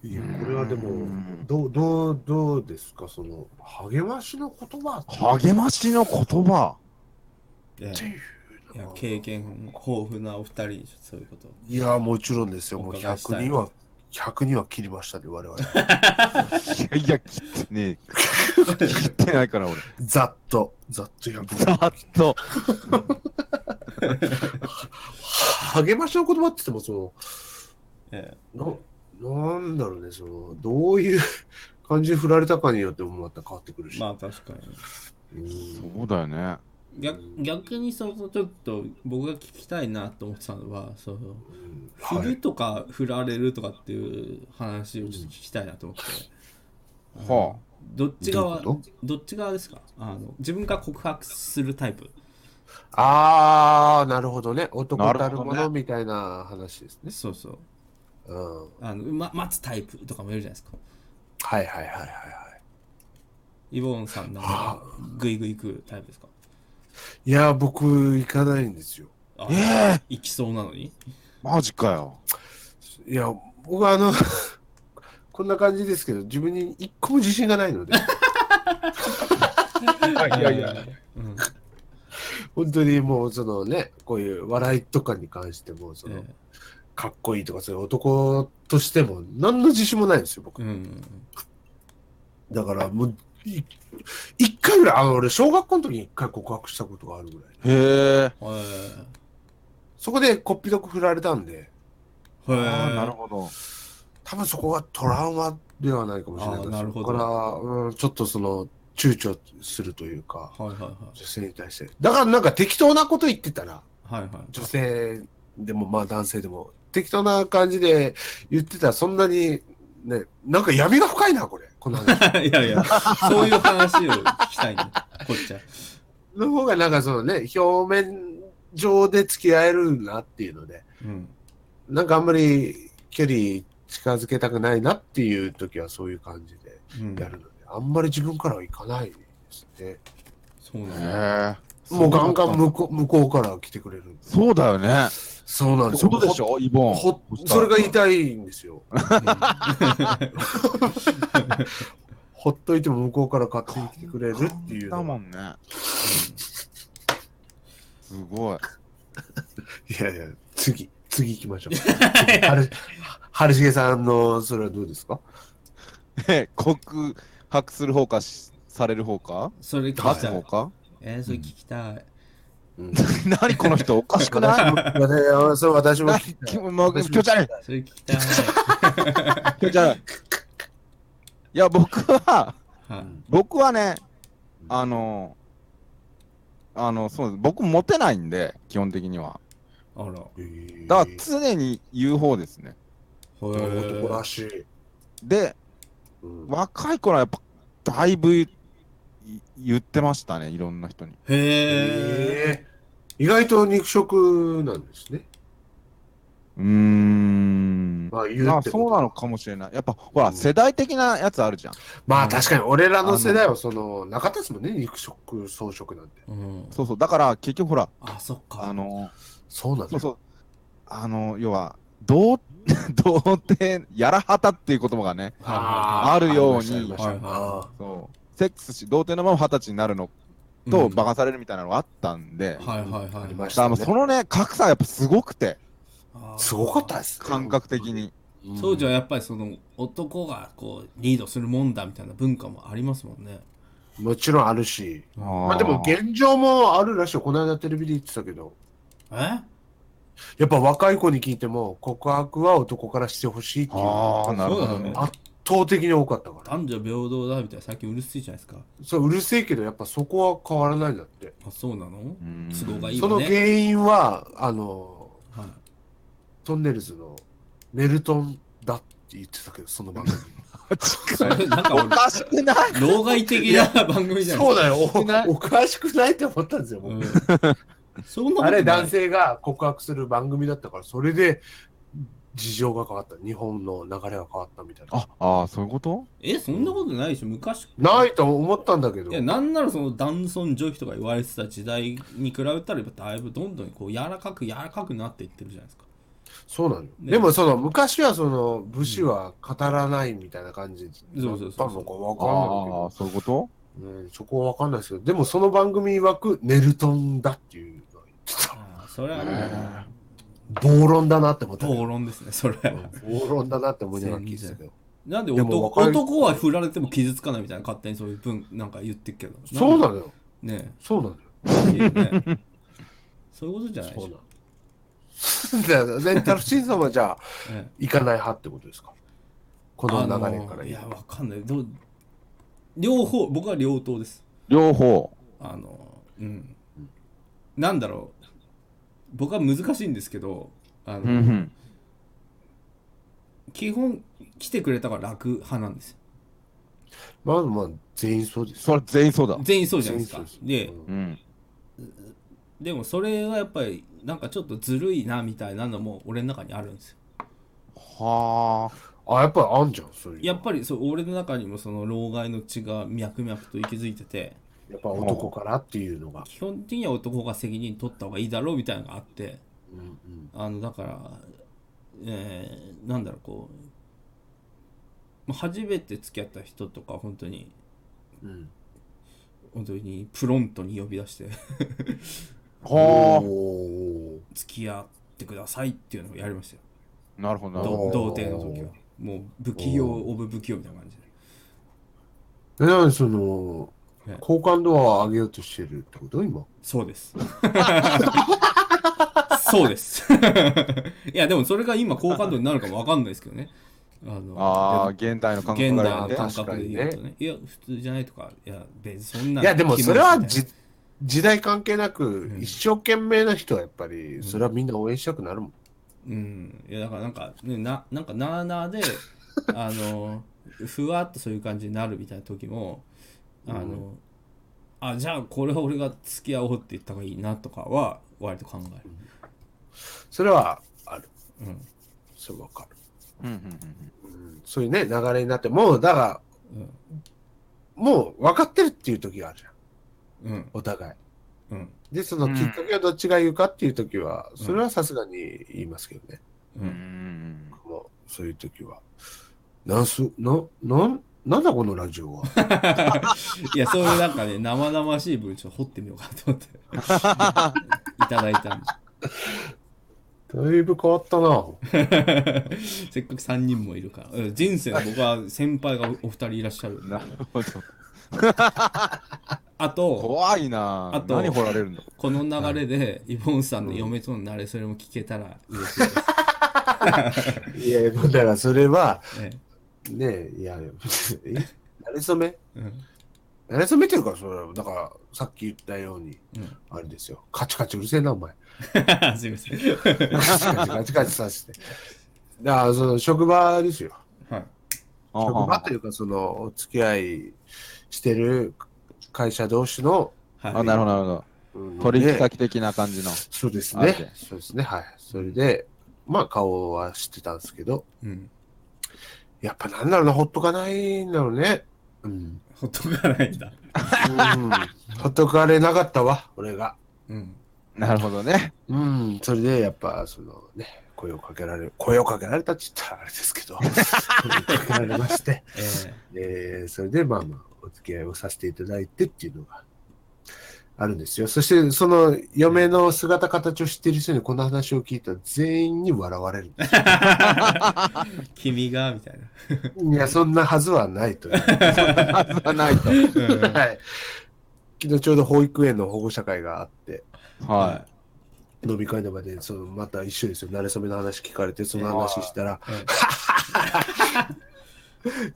S4: いや、これはでも、どう、どう、どうですか、その、励ましの言葉って
S5: 励ましの言葉。
S3: ええいや経験豊富なお二人にそういうことを
S4: いや、もちろんですよ。
S3: お
S4: もう
S3: 伺いした
S4: 100
S3: い
S4: 人は100には切りましたね、我々。
S5: いやいや、切ってねえ。切ってないから、俺。
S4: ざっと、ざっと 100。
S5: ざっと。
S4: 励ましの言葉って言っても、そ
S3: え
S4: の、な、なんだろうね、その、どういう 感じで振られたかによってもまた変わってくるし。
S3: まあ確かに
S4: うん
S5: そうだよね。
S3: 逆逆にそのちょっと僕が聞きたいなと思ってたのはその
S4: うん
S3: 振
S4: はい
S3: るとか振られるとかっていう話をちょっと聞きたいなと思って、
S5: はあ。
S3: どっち側
S4: どういうこ
S3: どっち側ですかあの自分が告白するタイプ
S4: あー、なるほどね。男た
S5: なる
S4: る
S5: ほど
S4: も
S5: ね
S4: のみたいな話ですね。
S3: そうそう
S4: うん。はい
S3: あの、ま、待つタイプとかもいるじゃないですか
S4: はいはいはいはい。
S3: イボーンさんなんか
S4: あ
S3: グイグイ行くタイプですか
S4: いや、僕、行かないんですよ。
S3: あ
S5: ええ
S3: 行きそうなのに
S5: マジかよ。
S4: いや、僕はあの、 こんな感じですけど、自分に一個も自信がないの で、
S5: いやいや。
S3: うん
S4: 本当にもう、そのね、こういう笑いとかに関しても、その
S3: え、
S4: かっこいいとか、そういう男としても、何の自信もないんですよ、
S3: えう
S4: 僕。
S3: ん
S4: だから、もう、い一回ぐらい、あの、俺、小学校の時に一回告白したことがあるぐらい。
S5: へえ。
S3: へえ
S4: そこで、こっぴどく振られたんで、
S3: へえ
S5: ああ、なるほど。
S4: 多分そこがトラウマではないかもしれない
S3: あーなるほど
S4: そこから、うん、ちょっとその、躊躇するというか、
S3: はいはいは
S4: 女性に対して。だからなんか適当なこと言ってたら、
S3: いはいはい
S4: 女性でもまあ男性でも適当な感じで言ってたらそんなにねなんか闇が深いなこれこの話
S3: いやいや、そういう話を聞きたいんだ、こっちは。
S4: の方がなんかそのね表面上で付き合えるなっていうので
S3: うん。
S4: なんかあんまり距離近づけたくないなっていう時はそういう感じで
S3: うん
S4: やるのであんまり自分からはいかないですね
S3: そう
S5: へ
S3: なんだ。
S5: え。
S4: もうガンガ
S3: そ
S4: ン
S3: うだっ
S4: 向こう向こうから来てくれるんです
S5: そうだよね。
S4: そうなんです
S5: そ
S4: よ
S5: うでしょ、イボン。
S4: ほそれが言いたいんです よ。ほっといても向こうから勝手に来てくれるっていうの
S5: だ
S4: は。
S5: もんね。すごい。
S4: いやいや、次、次行きましょ う。はる春重さんのそれはどうですか
S5: え、告白する方かしされる方か
S3: それ聞
S5: 出
S3: き
S5: す
S3: た
S5: 方
S3: い。
S5: か
S3: えー、それ聞きたい。
S4: うん、
S5: 何この人おかしく ない
S4: 私もそう私も聞い
S5: き
S4: た
S5: もう今日じゃない
S3: それ聞きたい。
S5: 今日じゃないいや僕は
S3: はい。
S5: 僕はねあのあのそうです僕モテないんで基本的には
S3: あら。へ
S5: だから常に言う方ですね
S4: 男ら
S3: ー
S4: しい。
S5: で
S4: うん
S5: 若い頃はやっぱだいぶい言ってましたねいろんな人に
S3: へ
S4: へえ意外と肉食なんですね。
S5: うーん
S4: まあ言う
S5: まあ
S4: ってこと
S5: そうなのかもしれないやっぱほら
S4: うん
S5: 世代的なやつあるじゃん
S4: まあ確かに俺らの世代はその、なかったですもんね、肉食、草食なんて。
S3: ー。うん。
S5: そうそうだから結局ほら
S3: あ、そっか。
S5: あの
S4: そうなんだ
S5: そう
S4: よ。
S5: そう。あの、要は、童、 童貞、やらはたっていう言葉がね、
S3: は
S5: あるように
S4: ありましたありました
S3: はいはい
S4: あー
S5: そう、セックスし、童貞のまま二十歳になるの
S3: い
S5: と、
S3: バ
S5: 馬鹿されるみたいなのがあったんで、だか
S3: はいはいは
S4: あり
S3: い
S4: ました
S5: ら
S4: ね
S5: もうそのね、格差がやっぱすごくて、
S3: あー。
S4: すごかったですね。
S5: 感覚的に。
S4: うん。
S3: 当時はやっぱりその男がこうリードするもんだみたいな文化もありますもんね。
S4: もちろんあるし。ま
S5: ま
S4: あでも現状もあるらしいよ。この間テレビで言ってたけど。
S3: え
S4: やっぱ若い子に聞いても告白は男からしてほしいっていう
S5: ああ、
S4: 圧
S5: なるほ
S3: そ
S5: ど
S3: うだ
S5: ね
S3: ね。
S4: 倒的に多かったから。
S3: 男女平等だみたいな最近うるせえじゃないですか。
S4: そううるせえけどやっぱそこは変わらないんだって。
S3: あ、そうなの
S5: うん
S3: 都合がいい
S4: そ
S3: よ
S4: の
S3: ね。
S4: 原因は、あの、
S3: はい
S4: トンネルズのメルトンだって言ってたけど、その番組。
S3: それなんか
S5: おかしくない
S3: 俺、老害的な番組じゃない
S4: そうだよ
S5: くない。
S4: おおかしくないって思ったんですよ、僕。
S3: うんそんなことない
S4: あれ、男性が告白する番組だったから、それで事情が変わった。日本の流れが変わったみたいな。
S5: あ、ああ、そういうこと
S3: え、そんなことないでしょ昔。
S4: ないと思ったんだけど
S3: いや、。なんならその男尊女卑とか言われてた時代に比べたら、やっぱだいぶどんどんこう柔らかく柔らかくなっていってるじゃないです か。
S4: そうなのよ。
S3: ね
S4: でも、その、昔はその、武士は語らないみたいな感
S3: そ
S4: じ。
S3: うそうそうそう
S4: 多分わ
S5: ああ
S4: か、
S5: そういう
S4: んな
S5: こと
S4: いけど。うん、そこはわかんないですけど、でもその番組枠、ネルトンだっていうのは言ってた。
S3: ああ、それはもう
S5: へえ
S4: 暴論だなって思った。
S3: 暴論ですね、それ。
S4: 暴論だなって思いながら聞いてたけど。
S3: なんで
S4: でも
S3: 男
S4: 若い
S3: 男は振られても傷つかないみたいな、勝手にそういう分、なんか言ってっけど。
S4: そうな
S3: の
S4: のよ。
S3: ね
S4: そうなのよ。
S3: え不思議よねそういうことじゃないで
S4: そう
S3: しょ。
S4: なのよ。 レンタルシーズンはじゃあ、
S3: ええ
S4: 行かない派ってことですかこの流れから
S3: あのい
S4: 言う
S3: や、わかんない。どう両方、僕は両党です。
S5: 両方。
S3: あの、うん。なんだろう。僕は難しいんですけど、あの、
S5: うんうん。
S3: 基本、来てくれたから楽派なんですよ。
S4: まあまあ、全員そうです。
S5: それ全員そうだ。
S3: 全員そうじゃないですか。
S4: 全員
S3: で
S4: そう、です
S5: うん。
S3: でもそれはやっぱり、なんかちょっとずるいなみたいなのも俺の中にあるんですよ。
S5: はあ。
S4: うんあ、やっぱりあんじゃん、そういうの。
S3: やっぱりそう俺の中にもその老害の血が脈々と息づいてて
S4: やっぱ男からっていうのが。
S3: 基本的には男が責任取った方がいいだろうみたいなのがあって
S4: うんうん
S3: あのだから、えーなんだろうこうまあ初めて付き合った人とか本当に
S4: うん。
S3: 本当にプロントに呼び出して
S5: は
S4: おー
S3: 付き合ってくださいっていうのをやりましたよ
S5: あ。なるほどなるほど。
S3: ど
S4: おー
S3: 童貞の時はもう不器用オブ不器用みたいな感じで
S4: え、なんでその
S3: ね、
S4: 好感度は上げようとしてるってこと今。
S3: そうです そうです いやでもそれが今好感度になるかもわかんないですけどねあの
S5: ああ、現代の感
S3: 現代
S5: 覚から
S3: の
S5: 見て。
S3: 感
S4: 確
S3: 覚
S4: か
S3: で
S4: にね
S3: 言うとねいや普通じゃないとかいや別にそんない
S4: や、でもそれは
S3: じ
S4: じ時代関係なく、
S3: ん
S4: 一生懸命な人はやっぱり、
S3: ん
S4: それはみんな応援したくなるもん。
S3: うんいやだからなんか、ね、ななんかなあなあであのふわっとそういう感じになるみたいな時もあの、あじゃあこれは俺が付き合おうって言った方がいいなとかは割と考える、
S4: それはある。
S3: うん
S4: それわかる。
S5: うんうんうん
S4: うんそういうね、流れになって、もう、だから、
S3: うん
S4: もう分かってるっていう時があるじゃん、
S3: うん
S4: お互い。
S3: うん
S4: で、そのきっかけはどっちが言うかっていう時は、それはさすがに言いますけどね。
S3: う
S5: うん
S3: ん
S5: うん
S4: 僕もそういう時は。なんす、な、なん、なんだこのラジオは。
S3: いや、そういうなんかね、 生々しい分、ちょっと掘ってみようかなと思って、いただいたん
S4: だいぶ変わったな。
S3: で。 せっかく3人もいるから。うん人生の僕は先輩がおお二人いらっしゃる
S5: うん。。なるほど。
S3: あと、
S5: 怖いな
S3: あ
S5: あ
S3: と
S5: 何掘られるんだ
S3: この流れで、イボンさんの嫁との慣れそれも聞けたら嬉しいです。
S4: いや、だからそれは、
S3: え
S4: ねえ、いや、え慣れ初め
S3: えうん
S4: 慣れ初めてるから、それは。だから、さっき言ったように、
S3: うん
S4: あれですよ。カチカチうるせえな、お前。
S3: すいません。
S4: ガチガチガチガチさせて。だから、その、職場ですよ。
S3: はい。
S5: あ
S4: 職場
S5: あ
S4: というか、その、お付き合いしてる会社同士の、
S5: あなるほどなるほど
S4: うん
S5: 取引
S4: で
S5: 先的な感じの
S4: そうです
S5: あって
S4: ね。そうですね。はい。それで、まあ、顔は知ってたんですけど、
S3: ど。うん。
S4: やっぱなんだろうな、ほっとかないんだろうね。うん。
S3: ほっとかないんだ。
S4: うん、ほっとかれなかったわ、俺が。
S3: うん。
S5: なるほどね
S4: うん、それでやっぱ、そのね、声をかけられる、声をかけられたって言ったらあれですけど、声をかけられまして、
S3: ええ
S4: えーそれでまあまあ、お付き合いをさせていただいてっていうのがあるんですよ。そして、その嫁の姿形を知っている人にこの話を聞いたら全員に笑われる。
S3: 君がみたいな。
S4: いや、そんなはずはないという。
S5: あずはないと
S3: うん
S4: はい。昨日ちょうど保育園の保護者会があって、
S5: は
S4: 飲み会の場で、そのまた一緒ですよ。慣れ初めの話聞かれて、その話したら、
S3: え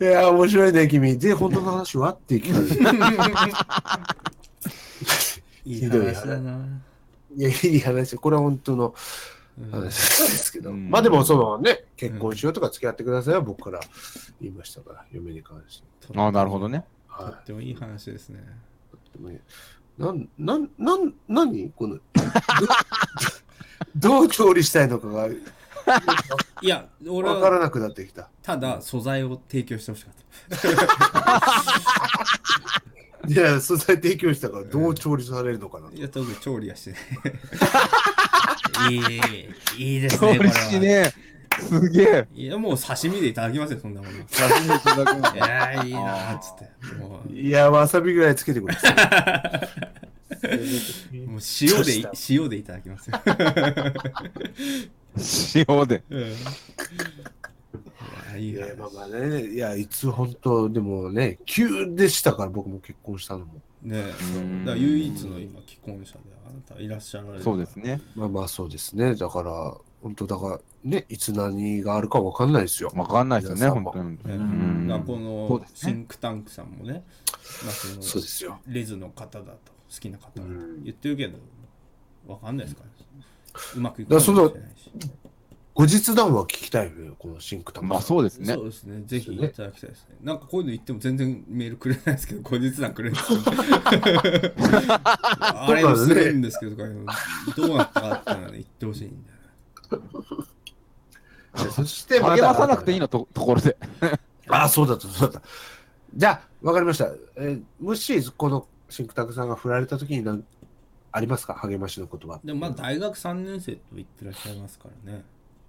S3: え
S4: いやー、面白いね、君。で、本当の話はって聞かれて。
S3: いい
S4: ひどい話
S3: 話だな。
S4: いや、いい話。これは本当の
S3: うん
S4: 話ですけど。
S5: うん
S4: まあでも、そのね、結婚しようとか付き合ってくださいは僕から言いましたから、嫁に関して。
S5: いあなるほどね
S4: は
S3: と
S4: い
S3: ってもいい話ですね。
S4: でもね。なん、なん、なん、何この、どどう 調理したいのかが
S3: いや、俺
S4: 分か
S3: は
S4: らなくなってきた。
S3: ただ素材を提供してほしかっ
S4: いや、素材提供したからどう調理されるのかな
S3: た。
S4: と
S3: い。や、特に調理はしてない。いい、いいですね、
S5: 調
S3: これ
S5: 理し
S3: は。
S5: ねえすげえ
S3: いや、もう刺身でいただきますよ、そんなも の。い
S5: 初めてだけの
S3: やー、いいなーっつって。もう
S4: いや、わさびぐらいつけてください。
S3: もう塩
S4: どう
S3: で
S4: した、
S3: 塩でいただきますよ。
S5: 塩で。
S3: うんいやいい
S4: い
S3: な
S4: や、まあまあね、いや、いつ本当、でもね、急でしたから、僕も結婚したのも。
S3: ね
S5: うん
S3: だから唯一の今既婚者であなたいらっしゃられる
S5: そうですね。
S4: まあまあ、そうですね。だから、本当、だから、ね、いつ何があるかわかんないですよ。
S5: わかんないですよね、
S4: 皆様
S5: 本当
S3: ね
S5: に。うん
S3: だからこ
S5: そう
S3: の
S5: です
S3: シ
S5: ね
S3: ンクタンクさんもねまあその
S4: そうですよ。
S3: レズの方だと好きな方だと
S4: うん
S3: 言ってるけどわかんないですからねうまくいく
S4: だからその
S3: もしれないし
S4: 後日談は聞きたいよね、このシンクタンク。
S5: まあそうですね
S3: そ。うですね、ぜひいただきたいですね。なんかこういうの言っても全然メールくれないですけど、後日談くれるん ですよあれするんですけど、とかいうのどうなったかっていうのはね言ってほしいんだよね。
S4: いや そして、
S5: 励まさなくていい
S4: の。
S5: のとところで。
S4: ああ、そうだった、そうだった。じゃあ、わかりました。えーもし、このシンクタンクさんが振られた時になん、ありますか励ましの言葉。
S3: でもまあ大学3年生と言ってらっしゃいますからね。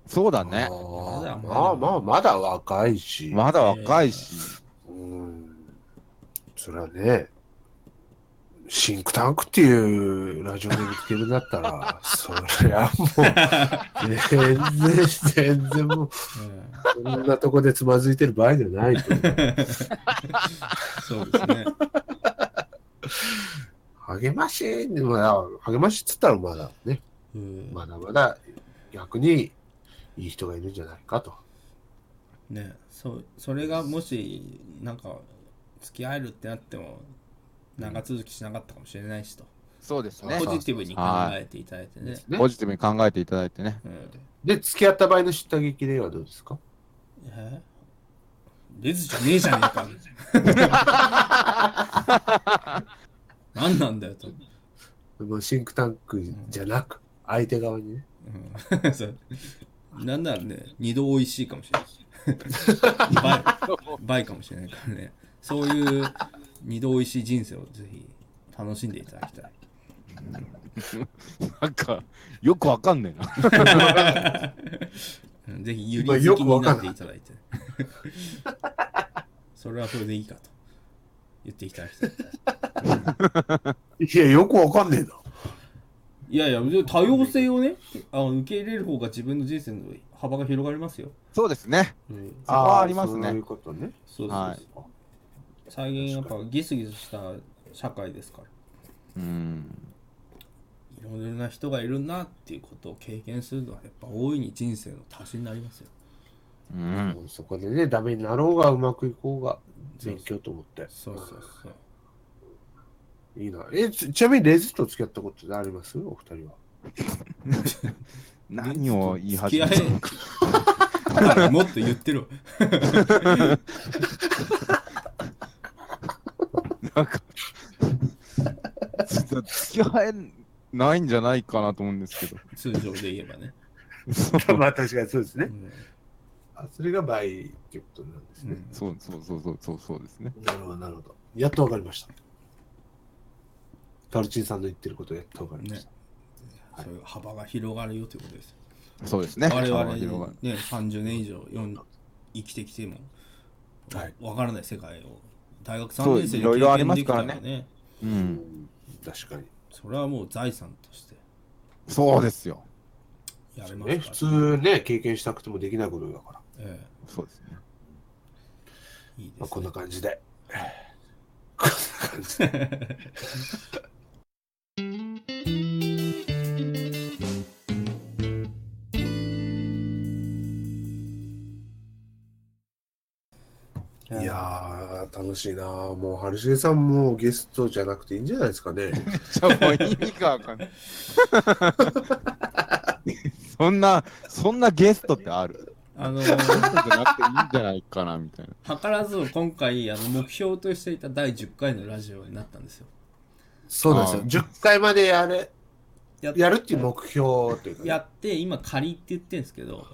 S5: そうだね
S4: あ。
S3: まだ
S4: ー
S3: まだ
S4: まあまあ、まだ若いし。
S5: まだ若いし。
S4: うん。それはね、シンクタンクっていうラジオで見つけるんだった ら、そりゃもう、全然、全然もう、
S3: うん
S4: こんなとこでつまずいてる場合じゃないと。
S3: そうですね。
S4: 励まし、でもな励ましっつったらまだね、
S3: うん
S4: まだまだ逆にいい人がいるんじゃないかと。
S3: ねそうそれがもしなんか付き合えるってなっても長続きしなかったかもしれないしと、
S5: そうですね
S4: そ
S3: ポ
S4: う。
S3: ジティブに考えていただいてね、
S4: ね
S5: ポジティブに考えていただいてね。
S3: うん
S4: で、付き合った場合の知った激励はどうですか
S3: えレズじゃねえじゃねえか何なんだよと、
S4: もうシンクタンクじゃなく、相手側にね。
S3: うんそうなんならね二度おいしいかもしれない倍倍かもしれないからねそういう二度おいしい人生をぜひ楽しんでいただきたい
S5: なんか、よくわかんねえな。
S3: うんぜひ、ゆり
S4: まあ
S3: 好
S4: よ
S3: き
S4: く
S3: に
S4: わ
S3: な
S4: か
S3: っ
S4: ん
S3: て
S4: ない
S3: いただいて。それはそれでいいかと。言っていただきたい。
S4: いや、よくわかんねえな。
S3: いやいや、多様性をね、あの受け入れる方が自分の人生の幅が広がりますよ。
S5: そうですね。
S3: うん、
S5: そこはあります
S4: そうい
S5: ね
S4: う。ことね。
S3: そうそうそう、
S5: はい
S3: 最近やっぱギスギスした社会ですから、
S5: うん。
S3: いろいろな人がいるなっていうことを経験するのは、やっぱ大いに人生の足しになりますよ。
S5: うん。
S4: そこでね、ダメになろうがうまくいこうが勉強と思って。
S3: そうそうそう。
S4: いいな。え、ちちなみにレズと付き合ったことってありますお二人は。
S5: 何を言い
S3: 付
S5: 始
S3: き合
S5: め
S3: え
S5: た
S3: だからもっと言ってろ。
S5: なんか、ちょっと付き合えないんじゃないかなと思うんですけど。
S3: 通常で言えばね。
S4: まあ確かにそうです
S3: う
S4: ね。
S3: ん
S4: あそれが倍っていうことなんですね。
S5: そうそうそうそうそうそうですね。
S4: なるほど、なるほど。やっとわかりました。タルチンさんの言ってることやっとわかりま
S3: ね
S4: した。、
S3: そういう幅が広がるよということですよ。
S5: そうですね。
S3: 我
S5: 幅
S3: 々
S5: が広がる
S3: ね、30年以上よん生きてきても、
S4: はい
S3: わからない世界を大学
S5: そ
S3: 3
S5: う
S3: 年生
S5: いろいろあり
S3: 経験
S5: ま
S3: ですきた
S5: かららね
S3: ね。
S5: う。
S4: うんん、確かに。
S3: それはもう財産として
S5: そうですよ。
S3: やれますから、
S4: ね、普通ね、経験したくてもできないことだから。
S3: え
S5: そうですね。
S3: えいいです、ね
S4: まあ、こんな感じ で。こんな感じで。いやー、楽しいなー。もう、春重さんもゲストじゃなくていいんじゃないですかね。
S5: じゃあもう意味がわかんない。そんな、そんなゲストってある。
S3: あの
S5: ゲ ストじゃなくていいんじゃないかなみたいな。
S3: 図らずも今回あの目標としていた第10回のラジオになったんですよ。
S4: そう
S5: なんです
S4: よ。10回までやれ、
S3: やっ
S4: やるっていう目標っていうか、ね。
S3: やって今仮って言ってるんですけど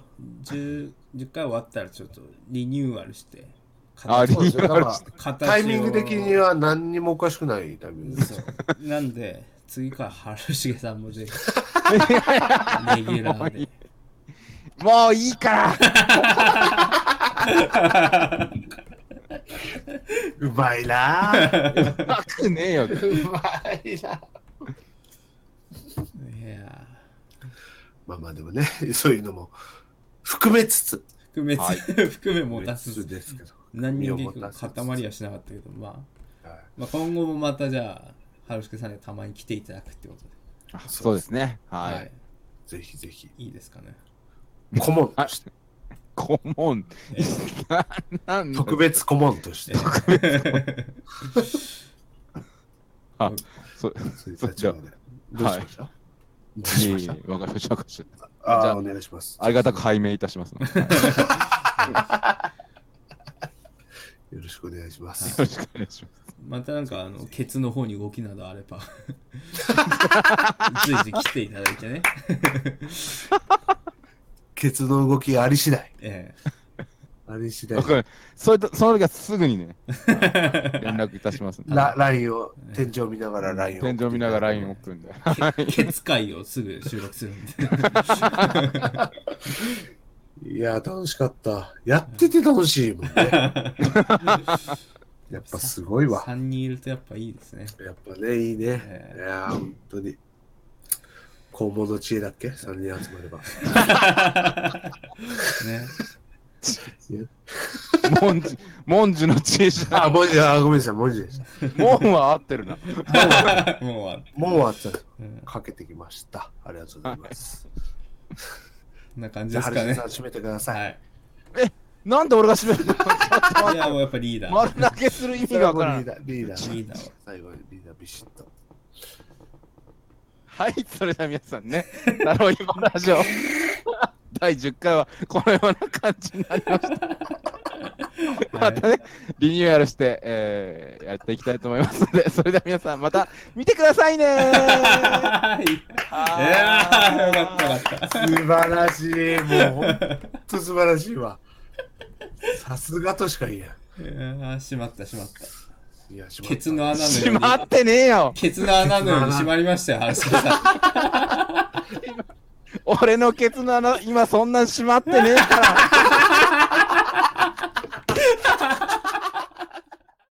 S3: 10, 10回終わったらちょっとリニューアルして
S5: あ、リ
S4: そうで
S5: ニ
S4: す
S5: ュ
S4: ね
S5: ーアルして
S3: 形を
S4: タイミング的には何にもおかしくないタイミングです。
S3: そうなんで次から春重さんもぜひレギュラーで
S5: もういいから
S4: うまいな ー
S5: うまくねえよ。
S4: うまいなー
S3: いや
S4: まあまあでもね、 そういうのも含めつつ、
S3: 含めつ、
S5: は い
S3: 含めも出
S4: 含めつ
S3: す
S4: つですけど。
S3: 何人
S4: 身
S3: で
S4: を持たせつつ
S3: 固まりはしなかったけど、まあ、
S4: はい
S3: まあ、今後もまたじゃあ、春輔さんにたまに来ていただくってことで。
S5: そうですね。はい。
S3: はい。
S4: ぜひぜひ。
S3: いいですかね。
S4: 顧問
S5: あ顧問。
S3: え
S5: なん
S4: 特別顧問として、そ
S5: そう
S4: ういう立場で。どうしました、どう
S5: い
S4: し
S5: え
S4: ま
S5: い
S4: し
S5: え
S4: た
S5: わかりましたわかりました。
S4: あ
S5: じゃ
S4: あ、
S5: あ
S4: お願いします。
S5: ありがたく拝命いたしますので。よ
S4: よろしくお願いしま
S5: ろ
S4: す。
S5: しくお願いします。
S3: またなんか、あの、ケツの方に動きなどあれば、随時来ていただいてね。
S4: ケツの動きあり次第。
S3: え
S4: あり次第
S5: わ。かるそれと、その時はすぐにね、連絡いたしますので。
S4: ララインを、天井見ながらラインを。
S5: 天井見ながら LINE
S4: を。
S5: 送るんで。
S3: え。ケツ会をすぐ収録するんで。
S4: いやー、楽しかった。やってて楽しいもんね。やっぱすごいわ。
S3: 3人いるとやっぱいいですね。
S4: やっぱね、いいね。
S3: え
S4: いやー、本当に。肛門の知恵だっけ ?3 人集まれば。
S3: えね。
S5: 文字、文字の知恵じゃ
S4: あ、文字だ。あごめんなさい、文字でした。
S5: 門は合ってるな。
S3: もう終わる
S4: もう終わった。
S3: うん
S4: かけてきました。ありがとうございます。
S3: こんな感じ
S4: じ
S3: で
S4: ゃあ、
S3: す
S4: は
S3: か
S4: る
S3: ね
S4: さん。締めてください。
S3: はい。
S5: なんで俺が閉めるの
S3: いや、もうやっぱリーダー。
S5: 丸投げする意
S4: リ
S5: 味
S4: ー
S5: が
S4: ダ
S5: わからない。
S4: ー、リーダー。
S3: リーダーは
S4: 最後にリーダービシッと。
S5: はい、それでは皆さんね、タロイモラジオ 第10回はこのような感じになりま した。またね、リニューアルして、えーやっていきたいと思いますので、それでは皆さんまた見てくださいねー
S3: はい。いやー、よかったよかった。
S4: 素晴らしい。もう、本当素晴らしいわ。さすがとしか言えん。
S3: いやー、しまったしまった。
S4: いや、しまった
S3: ケツの穴のよ
S5: 閉
S3: うに。
S5: まってねえよ
S3: ケツの穴のように閉まりましたよ、春輔さん。
S5: 俺のケツの穴、今そんなん閉まってねえから